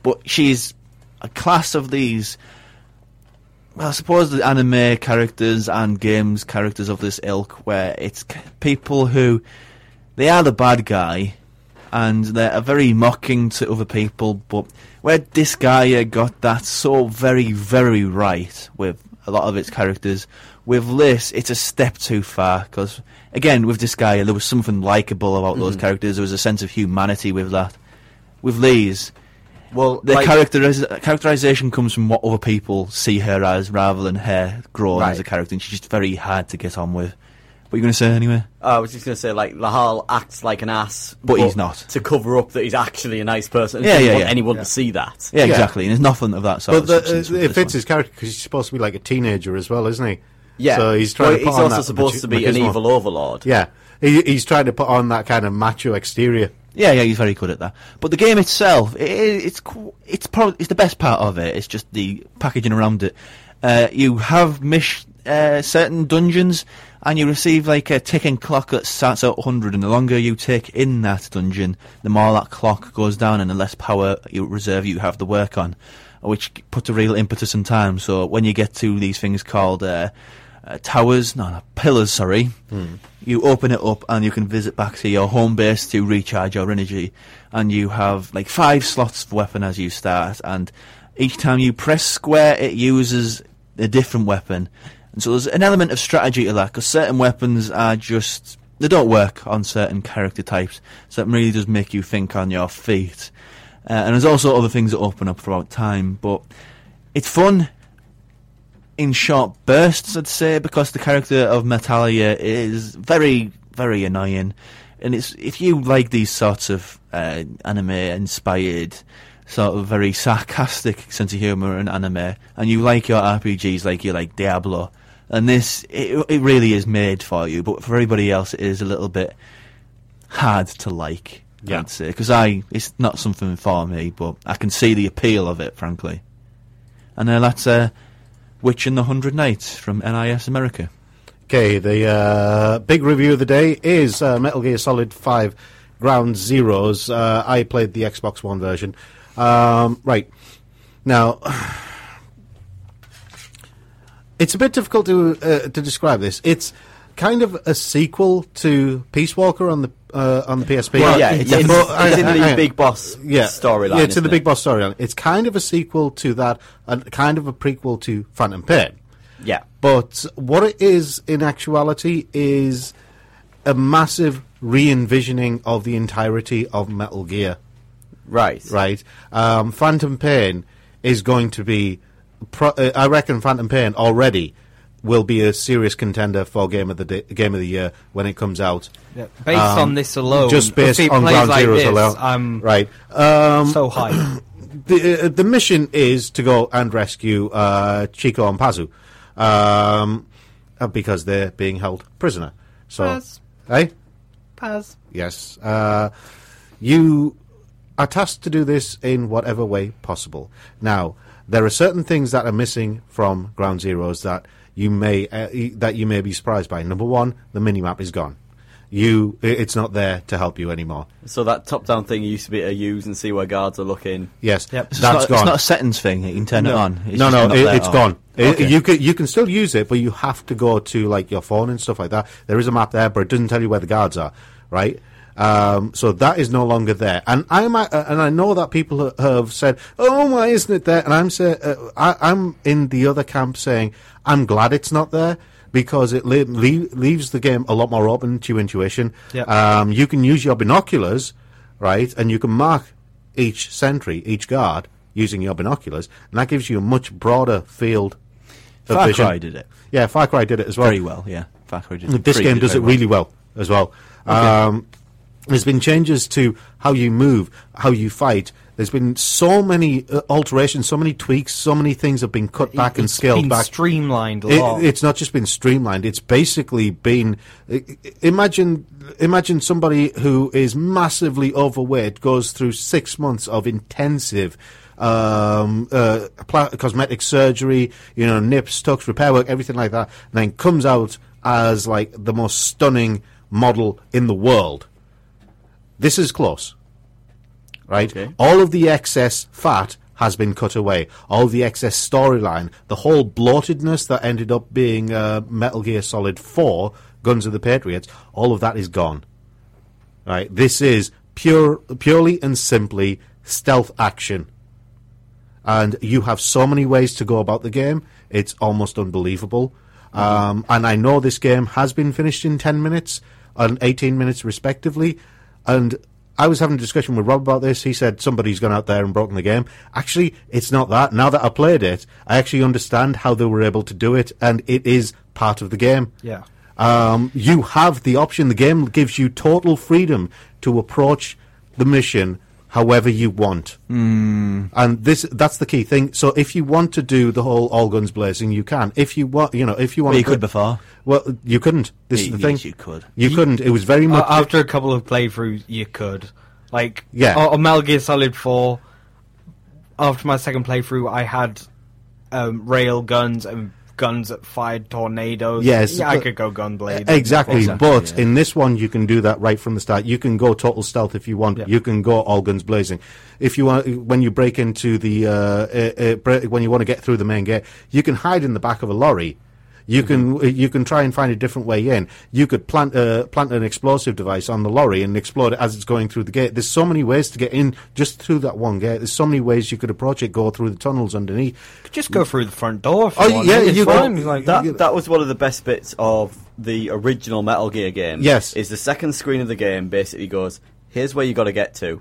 but she's a class of these well, I suppose the anime characters and games characters of this ilk, where it's c- people who they are the bad guy, and they're very mocking to other people. But where this guy uh, got that so very, very right with a lot of its characters, with this it's a step too far. Because again, with this guy, there was something likable about
Mm-hmm.
those characters. There was a sense of humanity with that. With these,
Well,
the
like-
characteris- characterization comes from what other people see her as rather than her growing as a character. And she's just very hard to get on with. What are you going to say anyway?
I was just going to say, like, Lahal acts like an ass.
But he's not.
To cover up that he's actually a nice person. and
Yeah,
doesn't
yeah,
want
yeah.
anyone to see that.
Yeah,
Yeah.
exactly. And there's nothing of that
Oh,
sort.
But
of
the,
substance
uh,
with
it
this
fits
one.
his character because he's supposed to be like a teenager as well, isn't he?
Yeah.
So he's trying
Well,
to put
he's
on
also
that
supposed
machi-
to be an
machismo.
evil overlord.
Yeah, he, he's trying to put on that kind of macho exterior.
Yeah, yeah, he's very good at that. But the game itself, it, it's qu- it's probably it's the best part of it. It's just the packaging around it. Uh, you have mish- uh, certain dungeons, and you receive like a ticking clock that starts at 100, and the longer you tick in that dungeon, the more that clock goes down, and the less power you reserve you have to work on, which puts a real impetus on time. So when you get to these things called uh, uh, towers, no, no, pillars, sorry, you open it up and you can visit back to your home base to recharge your energy. And you have like five slots for weapon as you start, and each time you press square, it uses a different weapon. And so there's an element of strategy to that, because certain weapons are just, they don't work on certain character types. So it really does make you think on your feet. Uh, and there's also other things that open up throughout time, but it's fun in short bursts, I'd say, because the character of Metalia is very, very annoying. And it's if you like these sorts of uh, anime-inspired, sort of very sarcastic sense of humor and anime, and you like your RPGs like you like Diablo, and this it, it really is made for you. But for everybody else, it is a little bit hard to like.
Yeah.
I'd say because I it's not something for me, but I can see the appeal of it, frankly. And uh, that's uh, Witch in the Hundred Nights from NIS America.
Okay, the uh, big review of the day is uh, Metal Gear Solid 5 Ground Zeroes. Uh, I played the Xbox One version. Um, right. Now, it's a bit difficult to uh, to describe this. It's kind of a sequel to Peace Walker on the uh, on the PSP.
Well, yeah, it's, it's,
But-
it's in
hang-
the
hang-
big boss
yeah.
storyline.
Yeah, it's in
isn't
the
it?
Big Boss storyline. It's kind of a sequel to that, and kind of a prequel to Phantom Pain.
Yeah.
But what it is in actuality is a massive re envisioning of the entirety of Metal Gear,
Right.
right? Um, Phantom Pain is going to be. Pro- uh, I reckon Phantom Pain already will be a serious contender for game of the day, game of the year when it comes out.
Yeah, based
Um,
on this alone,
just based
if it
on
Oh, plays
Ground
like
Zeroes
this,
alone,
I'm
right? Um,
so high.
the uh, the mission is to go and rescue uh, Chico and Pazu, um, uh, because they're being held prisoner. So,
Paz.
eh?
Paz.
Yes. Uh, you are tasked to do this in whatever way possible. Now, there are certain things that are missing from Ground Zeroes that you may uh, e- that you may be surprised by. Number one, the minimap is gone. You, i- it's not there to help you anymore.
So that top-down thing you used to be to use and see where guards are looking.
Yes,
Yep.
that's
It's, not,
gone.
it's not a settings thing. You can turn it on. It's
no,
just
no,
not
it,
there
has
at all.
gone. It-
Okay.
you can you can still use it, but you have to go to like your phone and stuff like that. There is a map there, but it doesn't tell you where the guards are, right? Um, so that is no longer there, and I'm uh, and I know that people ha- have said, "Oh, why isn't it there?" And I'm say, uh, I, I'm in the other camp saying, "I'm glad it's not there." Because it le- le- leaves the game a lot more open to your intuition.
Yep.
Um, you can use your binoculars, right, and you can mark each sentry, each guard, using your binoculars, and that gives you a much broader field. of
Far
vision.
Cry did it
Yeah, Far Cry did it as well.
Oh, very well. Yeah, Far Cry did it
This
pretty-
game does it
very
really well as well. Um, there's been changes to how you move, how you fight. There's been so many uh, alterations, so many tweaks, so many things have been cut back and
It's
scaled
been
back.
streamlined a
It-
lot.
it's not just been streamlined. It's basically been i- i- imagine imagine somebody who is massively overweight goes through six months of intensive um, uh, pla- cosmetic surgery, you know, nips, tucks, repair work, everything like that, and then comes out as like the most stunning model in the world. This is close right? All of the excess fat has been cut away. All the excess storyline, the whole bloatedness that ended up being uh, Metal Gear Solid 4, Guns of the Patriots, all of that is gone. Right? This is pure, purely and simply stealth action. And you have so many ways to go about the game, it's almost unbelievable. Um, and I know this game has been finished in 10 minutes and 18 minutes, respectively. And I was having a discussion with Rob about this. He said somebody's gone out there and broken the game. Actually, it's not that. Now that I played it, I actually understand how they were able to do it, and it is part of the game.
Yeah.
Um, you have the option. The game gives you total freedom to approach the mission however you want. And this that's the key thing. So if you want to do the whole all guns blazing, you can. If you want, you know, if you want
Well, you
to
could before.
Well, you couldn't. This is
Y-
the thing.
yes, you could.
You, couldn't. It was very much
Uh, after a couple of playthroughs, you could. Like,
Yeah.
On, on Metal Gear Solid 4, after my second playthrough, I had um, rail guns and guns that fired tornadoes.
Yes,
yeah, I
but-
could go Gunblade.
E, Exactly,
Exactly,
but in this one you can do that right from the start. You can go total stealth if you want.
Yeah.
You can go all guns blazing. If you want, when you break into the uh, uh, uh, bre- when you want to get through the main gate, you can hide in the back of a lorry. You
Mm-hmm.
can uh, you can try and find a different way in. You could plant uh, plant an explosive device on the lorry and explode it as it's going through the gate. There's so many ways to get in just through that one gate. There's so many ways you could approach it. Go through the tunnels underneath.
Just go through the front door. If you
Oh,
want.
yeah,
It's
you go-
fine. Like,
you-
That that was one of the best bits of the original Metal Gear game.
Yes.
is the second screen of the game basically goes, "Here's where you got to get to.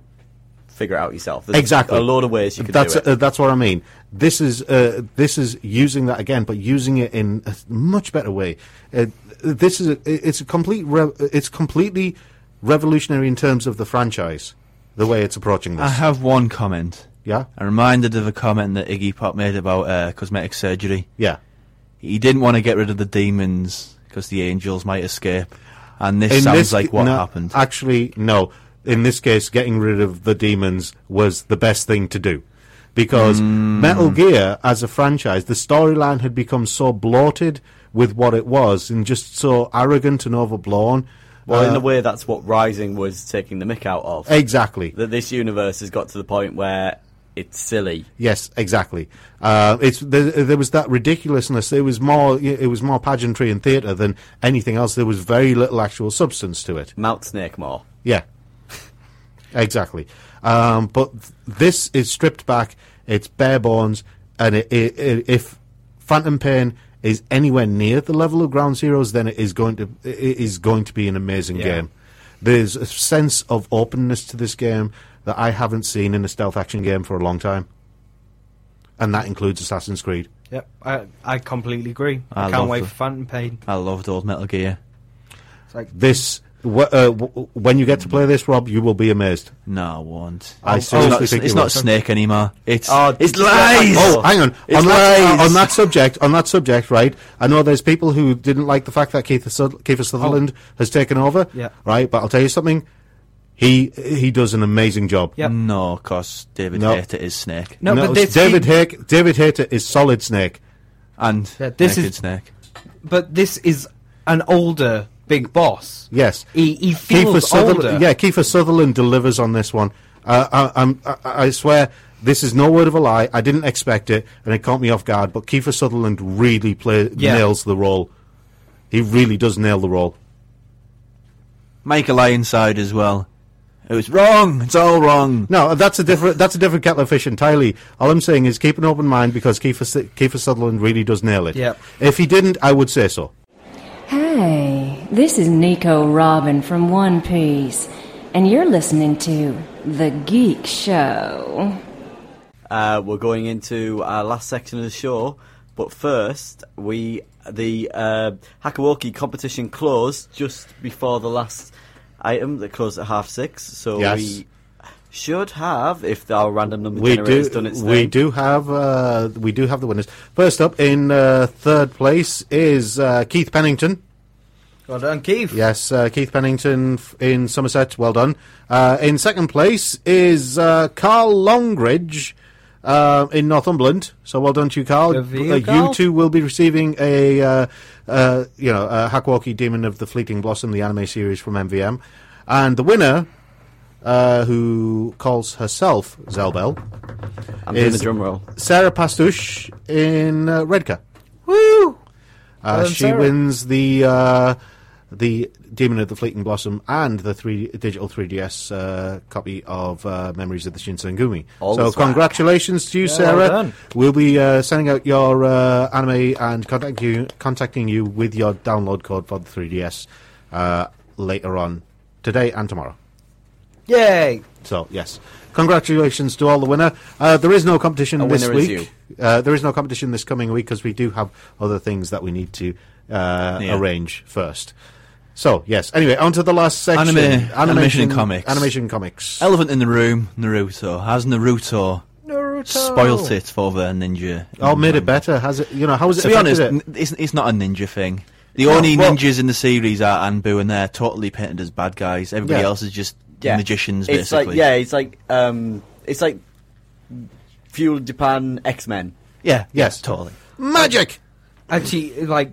Figure it out yourself." There's
exactly
a lot of ways you can
that's
do it.
Uh, that's what I mean. This is uh, this is using that again, but using it in a much better way. Uh, this is a, it's a complete re- it's completely revolutionary in terms of the franchise, the way it's approaching this.
I have one comment.
Yeah,
I'm reminded of a comment that Iggy Pop made about uh, cosmetic surgery.
yeah.
He didn't want to get rid of the demons because the angels might escape, and this
In
sounds
this
like
ca-
what
no,
happened.
Actually, no. In this case, getting rid of the demons was the best thing to do. Because Metal Gear as a franchise, the storyline had become so bloated with what it was and just so arrogant and overblown.
well, in
Uh,
a way, that's what Rising was taking the mick out of.
Exactly.
that this universe has got to the point where it's silly.
Yes, exactly. Uh, it's there, there was that ridiculousness. It was more it was more pageantry and theatre than anything else. There was very little actual substance to it.
Mount Snake more.
Yeah, exactly. Um, but th- this is stripped back. It's bare bones, and it, it, it, if Phantom Pain is anywhere near the level of Ground Zeroes, then it is going to it is going to be an amazing game. There's a sense of openness to this game that I haven't seen in a stealth action game for a long time, and that includes Assassin's Creed.
Yep, I, I completely agree. I,
I
can't
love
wait
the-
for Phantom Pain.
I loved old Metal Gear.
It's like
This. Wh- uh, w- when you get to play this, Rob, you will be amazed.
No, I won't.
I
it's
seriously
not,
think
it's
you
not
will.
Snake anymore. It's
Oh,
it's lies.
Oh, hang on.
It's
on, that,
lies.
on that subject, on that subject, right? I know there's people who didn't like the fact that Keith Suther- Kiefer Sutherland has taken over.
Oh. Yeah.
Right, but I'll tell you something. He he does an amazing job.
Yep.
No, cause David
No.
Hayter is Snake
No, but
it's
this- he-
David Hick, David Hayter is solid Snake.
and
Yeah, this
Naked
is-
Snake.
but this is an older Big Boss.
Yes.
he, he
Kiefer
feels older.
Sutherland, yeah, Kiefer Sutherland delivers on this one. Uh, I, I'm, I, I swear, this is no word of a lie. I didn't expect it, and it caught me off guard. But Kiefer Sutherland really play,
Yeah.
nails the role. He really does nail the role.
Michael Ironside as well. It was wrong. It's all wrong.
No, that's a different that's a different kettle of fish entirely. All I'm saying is keep an open mind because Kiefer, Su- Kiefer Sutherland really does nail it.
Yep.
If he didn't, I would say so.
Hey, this is Nico Robin from One Piece, and you're listening to The Geek Show.
Uh, we're going into our last section of the show, but first we the uh, Hakawoki competition closed just before the last item that closed at half six. So
Yes.
we should have, if our random number
We
generator's
do.
done its
We
thing,
do have. Uh, we do have the winners. First up in uh, third place is uh, Keith Pennington.
Well done, Keith.
Yes, uh, Keith Pennington f- in Somerset. Well done. Uh, in second place is uh, Carl Longridge uh, in Northumberland. So well done to you, Carl.
Good for you,
Uh,
Carl.
two will be receiving a uh, uh, you know a Hakwaki Demon of the Fleeting Blossom, the anime series from MVM, and the winner. Uh, who calls herself Zelbel?
I'm doing the
is-
drum roll.
Sarah Pastush in uh, Redcar.
Woo!
Uh,
Well done,
she
Sarah.
wins the uh, the Demon of the Fleeting Blossom and the three digital 3DS uh, copy of uh, Memories of the Shinsengumi.
All
so
the swag.
congratulations to you,
well
Sarah.
done.
we'll be uh, sending out your uh, anime and contact you, contacting you with your download code for the 3DS uh, later on today and tomorrow.
Yay!
So yes, congratulations to all the winner. Uh, there is no competition
A
this
winner is
week. Uh, there is no competition this coming week because we do have other things that we need to uh,
Yeah.
arrange first. So yes. Anyway, on to the last section.
Anime- animation and comics.
Animation comics.
Elephant in the room, Naruto. Has Naruto,
Naruto.
spoilt it for the ninja? Mm.
Oh, made it better. Has it? You know, how is it?
To be honest,
affected
n-
it?
it's, it's not a ninja thing. The only
well-
ninjas in the series are Anbu, and they're totally painted as bad guys. Everybody
Yeah.
else is just
Yeah.
magicians,
It's
basically.
like yeah, it's like um, it's like Fuel Japan X Men.
yeah,
Yes.
totally.
magic.
Actually, like,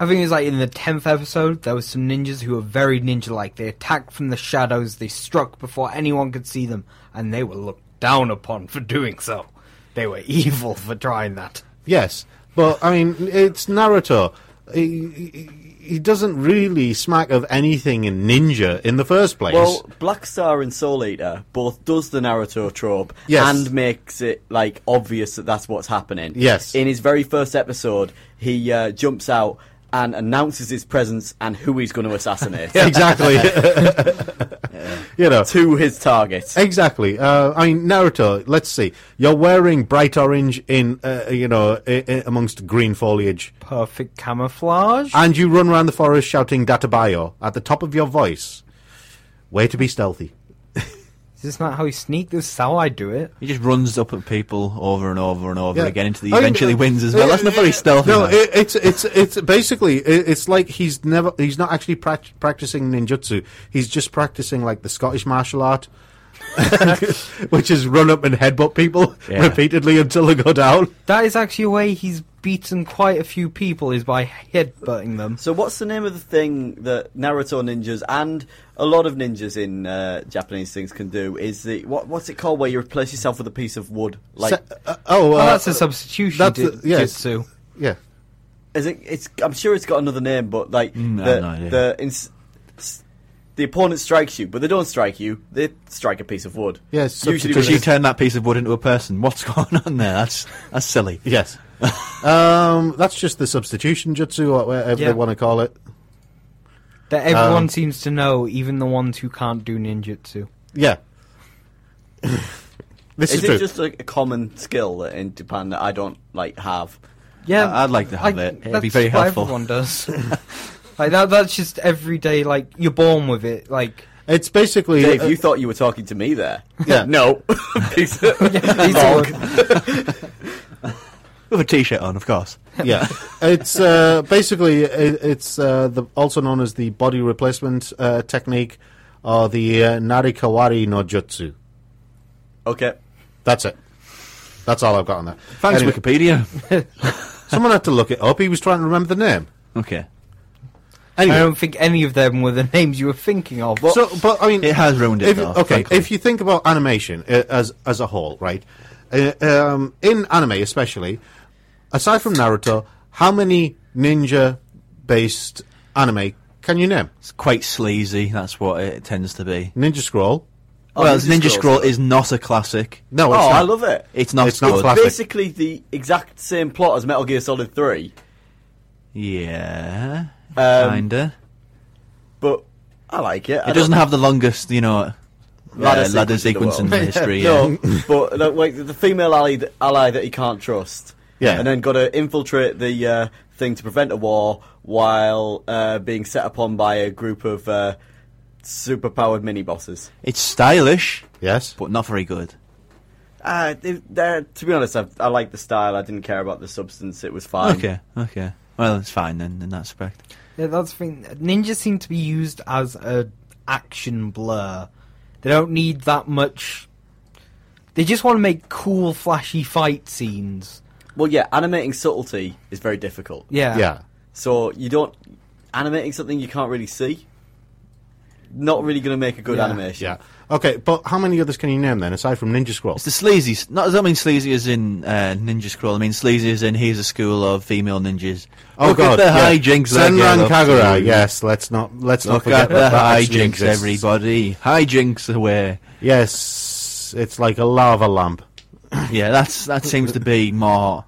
I think it was like in the tenth episode, there was some ninjas who were very ninja-like. They attacked from the shadows, they struck before anyone could see them, and they were looked down upon for doing so. They were evil for trying that.
Yes, but I mean, it's Naruto. He, he- he doesn't really smack of anything in ninja in the first place.
Well, Black Star and Soul Eater both does the Naruto trope
Yes.
and makes it like obvious that that's what's happening.
Yes.
In his very first episode, he uh, jumps out and announces his presence and who he's going to assassinate
exactly. You know,
to his target.
Exactly. Uh, I mean, Naruto. Let's see. You're wearing bright orange in, uh, you know, i- i- amongst green foliage,
Perfect camouflage.
and you run around the forest shouting "Databayo" at the top of your voice. Way to be stealthy.
Is this not how he sneaked? This is how I do it.
He just runs up at people over and over and over
Yeah.
again until he
I mean,
eventually
uh,
wins as well.
uh,
That's not
uh,
very stealthy.
No,
man.
it, it's it's it's basically it, it's like he's never he's not actually prac- practicing ninjutsu. He's just practicing like the Scottish martial art. which is run up and headbutt people
Yeah.
repeatedly until they go down.
That is actually a way he's beaten quite a few people is by headbutting them.
So what's the name of the thing that Naruto ninjas and a lot of ninjas in uh, Japanese things can do? Is the what, what's it called where you replace yourself with a piece of wood? Like
Se- uh, oh, uh,
Well, that's a substitution
that's
ju-
the- yes.
jutsu.
yeah.
is it? It's I'm sure it's got another name, but like
Mm, I
the
have no idea.
the ins- s- the opponent strikes you, but they don't strike you. They strike a piece of wood.
Yes,
usually
Because
with
you
a-
turn that piece of wood into a person. What's going on there? That's that's silly.
Yes. um, that's just the substitution jutsu, or whatever
Yeah.
they want to call it.
That everyone
Um,
seems to know, even the ones who can't do ninjutsu.
Yeah. this is,
Is
true.
it just like a common skill that in Japan that I don't like have?
Yeah,
I- I'd like to have it. It'd be very
what
helpful.
Everyone does. like that. That's just everyday. Like you're born with it. Like
it's basically.
Dave,
uh,
you thought you were talking to me there.
Yeah.
No. Piece of-
these are-
With a t-shirt on, of course.
yeah, it's uh, basically it, it's uh, the, also known as the body replacement uh, technique, or the uh, narikawari no jutsu.
okay.
That's it. That's all I've got on that.
Thanks,
Anyway,
Wikipedia.
someone had to look it up. He was trying to remember the name.
okay.
I
Anyway,
don't think any of them were the names you were thinking of.
so but I mean,
It has ruined it,
If,
though,
okay,
frankly.
if you think about animation uh, as as a whole, right? Uh, um, in anime, especially, aside from Naruto, how many ninja based anime can you name?
It's quite sleazy. That's what it tends to be.
Ninja Scroll.
well,
Oh, Ninja
Ninja, Scroll,
Scroll.
is not a classic.
No,
Oh,
it's not.
I love it.
It's not
It's not
good.
classic.
basically the exact same plot as Metal Gear Solid 3,
Yeah,
Um,
kinda.
but I like it. I
It doesn't
don't-
have the longest, you know,
Ladder
ladder, ladder
sequence
sequence
in
in
the
history. yeah.
No, but like, like the female ally, ally that he can't trust.
Yeah.
And then got to infiltrate the uh, thing to prevent a war while uh, being set upon by a group of uh, superpowered mini bosses.
It's stylish,
Yes.
but not very good.
Uh, they- they're- to be honest, I, I like the style. I didn't care about the substance. It was fine.
Okay, okay. Well, it's fine then in that respect.
Yeah, that's the thing. Ninjas seem to be used as a action blur. They don't need that much. They just want to make cool, flashy fight scenes.
Well, yeah, animating subtlety is very difficult.
Yeah.
Yeah.
So you don't animating something you can't really see. Not really going to make a good
Yeah.
animation.
Yeah. Okay, but how many others can you name then, aside from Ninja Scroll?
It's the sleazy. Not, I don't mean sleazy as in uh, Ninja Scroll. I mean sleazy as in here's a school of female ninjas.
Oh
Look
God!
at the
yeah.
hijinks they get
Senran
up
Kagura.
to.
Yes, let's not let's not
Look
forget
at the
that that actually
hijinks,
exists.
everybody. Hijinks away.
Yes, it's like a lava lamp.
Yeah, that's that seems to be more.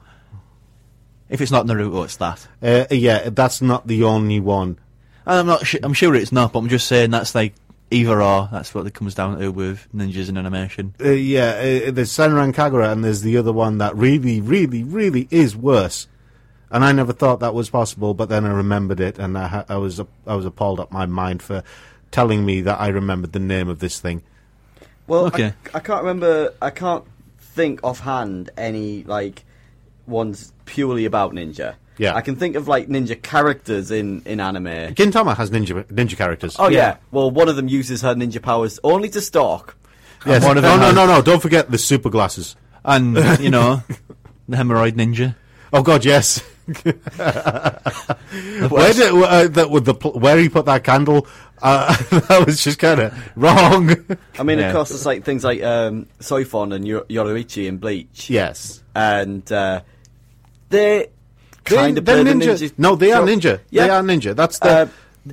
If it's not Naruto, it's that.
Uh, yeah, that's not the only one.
And I'm not. Sh- I'm sure it's not, but I'm just saying that's like either or. That's what it comes down to with ninjas and animation.
Uh, yeah, uh, there's Senran Kagura, and there's the other one that really, really, really is worse. And I never thought that was possible, but then I remembered it, and I, ha- I was I was appalled at my mind for telling me that I remembered the name of this thing.
Well, I-
Okay.
I, can't remember. I can't think offhand any like ones purely about ninja.
Yeah.
I can think of like ninja characters in in anime.
Gintama has ninja ninja characters.
Oh yeah. Well, one of them uses her ninja powers only to stalk.
yes.
one of
no,
them
no,
has-
no, no! Don't forget the super glasses.
And you know, the hemorrhoid ninja.
Oh God, yes. where did uh, that with the pl- where he put that candle? Uh, that was just kind of wrong.
I mean,
Yeah.
of course, it's like things like um, Soifon and Yo- Yoruichi and Bleach.
Yes.
and uh, they're kind of
they're
play the
ninja. No, they are
trope.
ninja. They are ninja. That's the
Uh,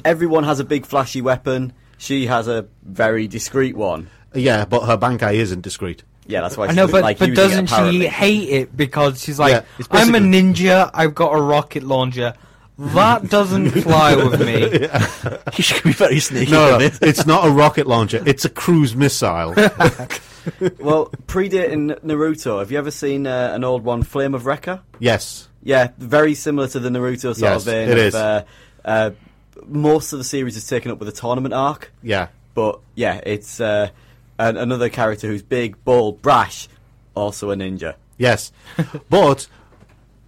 everyone has a big flashy weapon. She has a very discreet one.
yeah, but her bankai isn't discreet.
Yeah, that's why.
I know,
she's
but,
like
but
using
doesn't
it apparently.
she hate it because she's like,
Yeah, it's
I'm a
basically-
ninja, I've got a rocket launcher. That doesn't fly with me.
You should be very sneaky.
No,
with it.
it's not a rocket launcher. It's a cruise missile.
Well, predating Naruto, have you ever seen uh, an old one, Flame of Wrecker?
yes.
Yeah, very similar to the Naruto sort
Yes,
of vein.
it
of,
is.
Uh, uh, most of the series is taken up with a tournament arc.
Yeah.
But yeah, it's uh, an, another character who's big, bald, brash, also a ninja.
Yes. but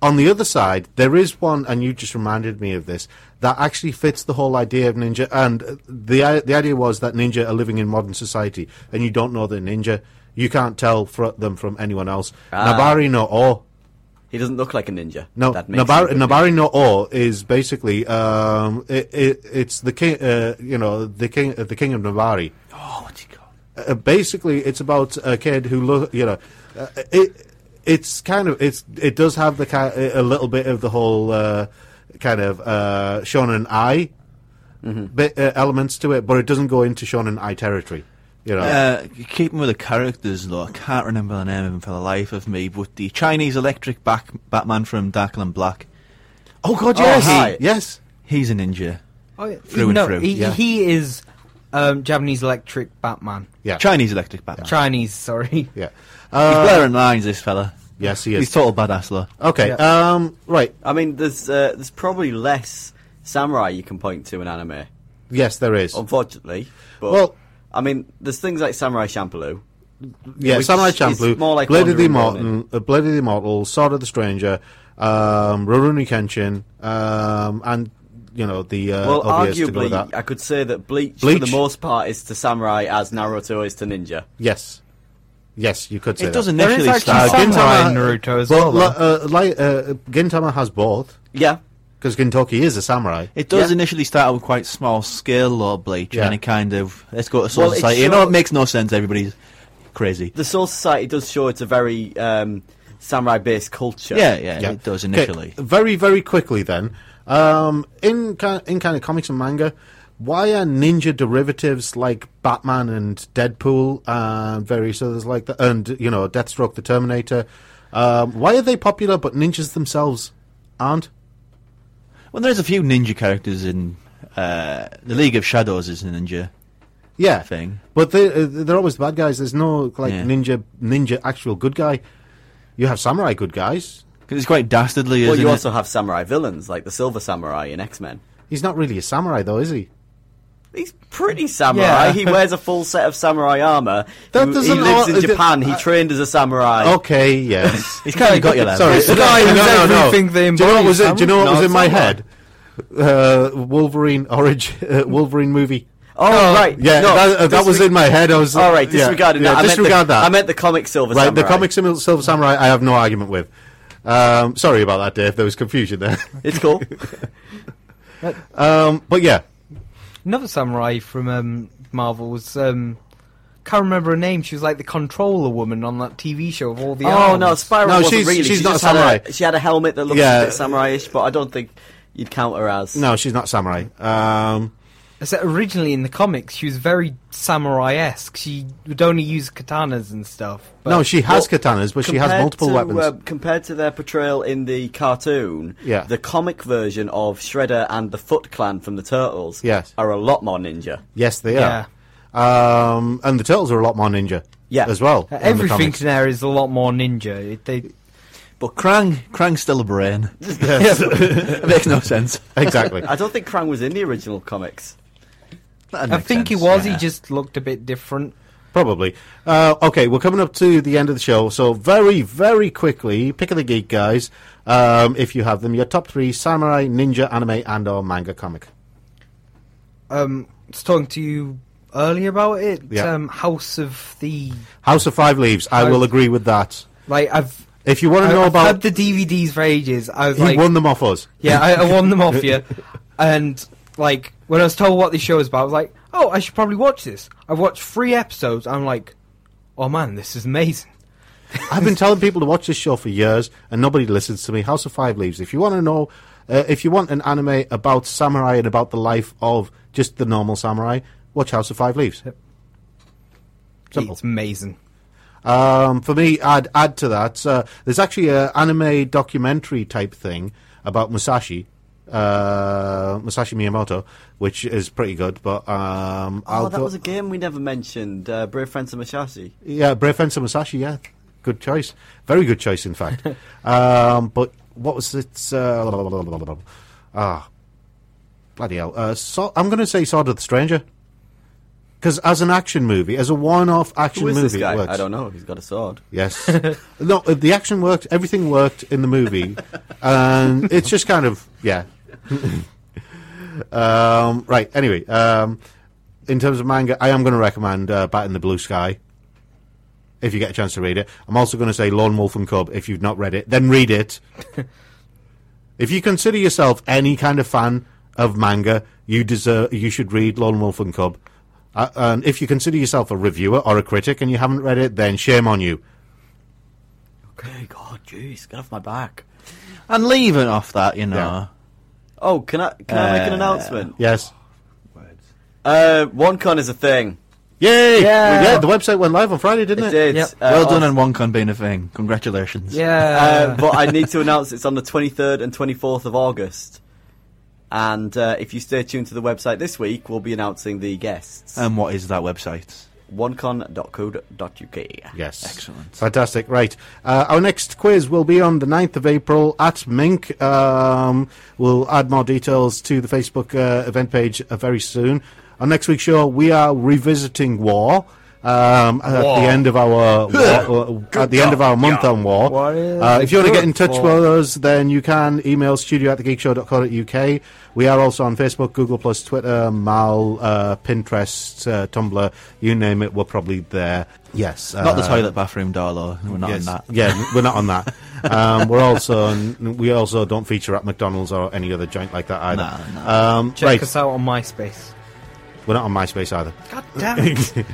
on the other side, there is one, and you just reminded me of this, that actually fits the whole idea of ninja. And uh, the, i- the idea was that ninja are living in modern society, and you don't know they're ninja. You can't tell fro- them from anyone else. Nabari no O.
He doesn't look like a ninja.
No,
Ah. That makes
Nabari,
him a good
Nabari no O is basically um, it, it, it's the king, uh, you know, the king, uh, the king of Nabari.
Oh, what's he got?
uh, basically it's about a kid who look you know uh, it it's kind of it's it does have the ki- a little bit of the whole uh, kind of uh, shonen i
Mm-hmm.
bit, uh, elements to it but it doesn't go into shonen i territory you know
Uh, keeping with the characters, though, I can't remember the name of him for the life of me, but the Chinese electric back- Batman from Dark and Black,
oh god
Oh,
yes
hi.
yes
he's a ninja.
Oh,
Through and
no,
through,
he,
yeah.
he is um, Japanese electric Batman.
yeah
Chinese electric Batman.
Chinese, sorry.
yeah
he's
uh,
blaring lines, this fella.
yes he
He's
is
total badass, though.
okay um right
I mean, there's uh, there's probably less samurai you can point to in anime,
yes there is
unfortunately. But
Well-
I mean, there's things like Samurai Champloo.
yeah,
which
Samurai
is
Champloo,
more like
Blade of the
Wandering
Immortal,
Ronin.
uh, Blade of the Immortal, Sword of the Stranger, um, Rurouni Kenshin, um, and you know the uh,
well,
obvious to go with
arguably,
that.
I could say that Bleach, for
Bleach?
the most part, is to samurai as Naruto is to ninja.
yes, yes, you could say
It
that. Uh,
does
There is
initially
actually
start.
Gintama-
samurai in Naruto as
But
well.
li-
though.
uh, like, uh, Gintama has both
Yeah,
because Gintoki is a samurai.
It does
Yeah.
initially start out with quite small scale, Lord Bleach,
Yeah.
and it kind of let's go to
Well,
Soul
it
Society. You know,
shows-
it makes no sense. Everybody's crazy.
the Soul Society does show it's a very um, samurai-based culture.
Yeah, yeah,
Yeah.
it does
Okay,
initially.
Very, very quickly then. Um, in ki- in kind of comics and manga, why are ninja derivatives like Batman and Deadpool and various others like that, and you know Deathstroke, the Terminator? Um, why are they popular but ninjas themselves aren't?
Well, there's a few ninja characters in uh, the League of Shadows is a ninja.
Yeah,
Thing.
But they uh, they're always the bad guys. There's no like
Yeah.
ninja ninja actual good guy. You have samurai good guys.
Because it's quite dastardly,
Well,
isn't
you
it?
also have samurai villains like the Silver Samurai in X Men.
He's not really a samurai though, is he?
He's pretty samurai.
Yeah.
He wears a full set of samurai armor.
That
He- he
doesn't
lives
al- uh,
in Japan. he trained as a samurai.
Okay, yes.
He's kind of got your level.
Sorry,
It's the guy who's everything they
Do you know what
embody,
was it?
Sam.
Do you know what
No,
was in my
it's not
head? Uh, Wolverine origin, uh, Wolverine movie.
Oh, right.
Yeah,
no,
that, uh, that was
disre-
in my head. I was
All right,
yeah,
disregarding
yeah,
that. I
disregard
meant the,
that.
I meant the comic Silver
right,
Samurai.
the comic Sil- Silver Samurai. I have no argument with. Um, sorry about that, Dave. There was confusion there.
It's cool.
Um, but yeah,
Another samurai from um, Marvel was. Um, can't remember her name. She was like the controller woman on that TV show of all the.
oh
arms.
no, Spiral
No,
wasn't
she's-
really.
she's
she
not
just
a samurai.
Had a, she had a helmet that looked
Yeah.
a bit samurai-ish, but I don't think you'd count her as.
no, she's not samurai. Um,
I said uh, originally in the comics, she was very samurai-esque. She would only use katanas and stuff. but-
no, she has
Well,
katanas, but she has
compared
multiple
to,
weapons.
uh, compared to their portrayal in the cartoon,
Yeah.
the comic version of Shredder and the Foot Clan from the Turtles
Yes.
are a lot more ninja.
yes, they are. Um, and the turtles are a lot more ninja.
Yeah.
as well.
Uh,
in the
everything
comics.
there is a lot more ninja. It, they,
But Krang, Krang's still a brain.
Yes,
it makes no sense.
exactly.
I don't think Krang was in the original comics.
That'd
I
make
think he
sense,
was.
yeah.
He just looked a bit different.
Probably. Uh, okay, we're coming up to the end of the show, so very, very quickly, pick of the geek, guys, um, if you have them. Your top three samurai, ninja, anime, and/or manga comic.
Um, I was talking to you earlier about it.
Yeah.
Um, House of the
House of Five Leaves. I will agree with that.
like I've
If you want to know
I,
about,
have had the DVDs for ages. I was
he
like,
won them off us.
yeah, I, I won them off you, and like when I was told what this show was about, I was like, oh, I should probably watch this. I've watched three episodes. I'm like, oh man, this is amazing.
I've been telling people to watch this show for years, and nobody listens to me. House of Five Leaves. If you want to know, uh, if you want an anime about samurai and about the life of just the normal samurai, watch House of Five Leaves.
It's amazing.
Um, for me, I'd add to that. Uh, there's actually an anime documentary type thing about Musashi, uh, Musashi Miyamoto, which is pretty good. But um,
Oh,
I'll
that
go-
was a game we never mentioned. Uh, Brave Friends of Masashi.
Yeah, Brave Fencer Musashi, yeah. Good choice. Very good choice, in fact. um, but what was it? Uh, blah, blah, blah, blah, blah, blah. Ah, bloody hell. Uh, so, I'm going to say Sword of the Stranger. Because as an action movie, as a one off action
Who is
movie,
this guy?
it works.
I don't know. He's got a sword.
Yes. no, uh, the action worked. Everything worked in the movie, and it's just kind of yeah. um, right. Anyway, um, in terms of manga, I am going to recommend uh, Bat in the Blue Sky. If you get a chance to read it, I'm also going to say Lone Wolf and Cub. If you've not read it, then read it. if you consider yourself any kind of fan of manga, you deserve. You should read Lone Wolf and Cub. Uh, and if you consider yourself a reviewer or a critic and you haven't read it, then shame on you.
Okay, God, jeez, get off my back.
And leaving off that, you know.
Yeah.
Oh, can I can I make an announcement?
Yes.
Uh, OneCon is a thing.
Yay!
Yeah.
Yeah, the website went live on Friday, didn't
It
it?
did.
Yep.
Uh,
well done
off-
on OneCon being a thing. Congratulations.
Yeah,
Uh, but I need to announce it's on the 23rd and 24th of August. And uh, if you stay tuned to the website this week, we'll be announcing the guests.
And what is that website?
onecon.co.uk.
Yes.
Excellent.
Fantastic. Right. Uh, our next quiz will be on the 9th of April at Mink. Um, we'll add more details to the Facebook uh, event page uh, very soon. On next week's show, we are revisiting war. Um, at
War.
the end of our war, uh, at the end of our month on war,
War is
uh, if you want to get in
good
touch
for.
with us, then you can email studio at thegeekshow.co.uk. We are also on Facebook, Google Plus, Twitter, Mal, uh, Pinterest, uh, Tumblr, you name it, we're probably there. Yes,
Not the
uh,
toilet bathroom door, though. We're not
yes.
in that.
Yeah, we're not on that. Um, we're also n- we also don't feature at McDonald's or any other joint like that either.
Nah,
Um,
check
right,
us out on MySpace.
we're not on MySpace either.
God damn it!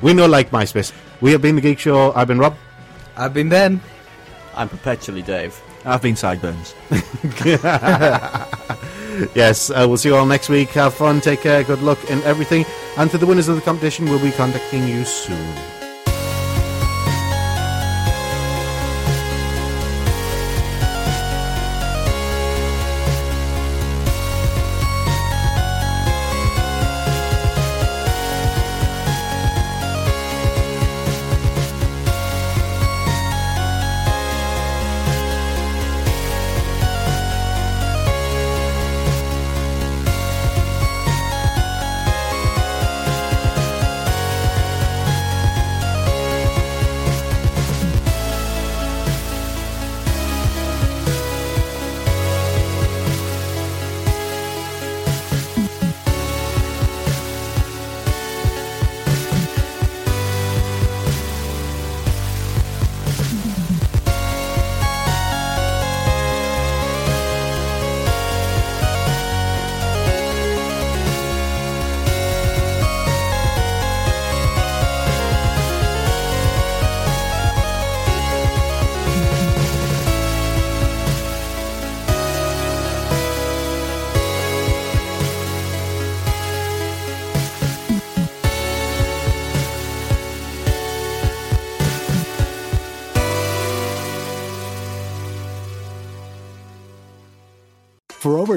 We know like MySpace. We have been the Geek Show. I've been Rob.
I've been Ben.
I'm perpetually Dave.
I've been sideburns.
Yes, uh, we'll see you all next week. Have fun, take care, good luck, and everything. And to the winners of the competition, we'll be contacting you soon.
For over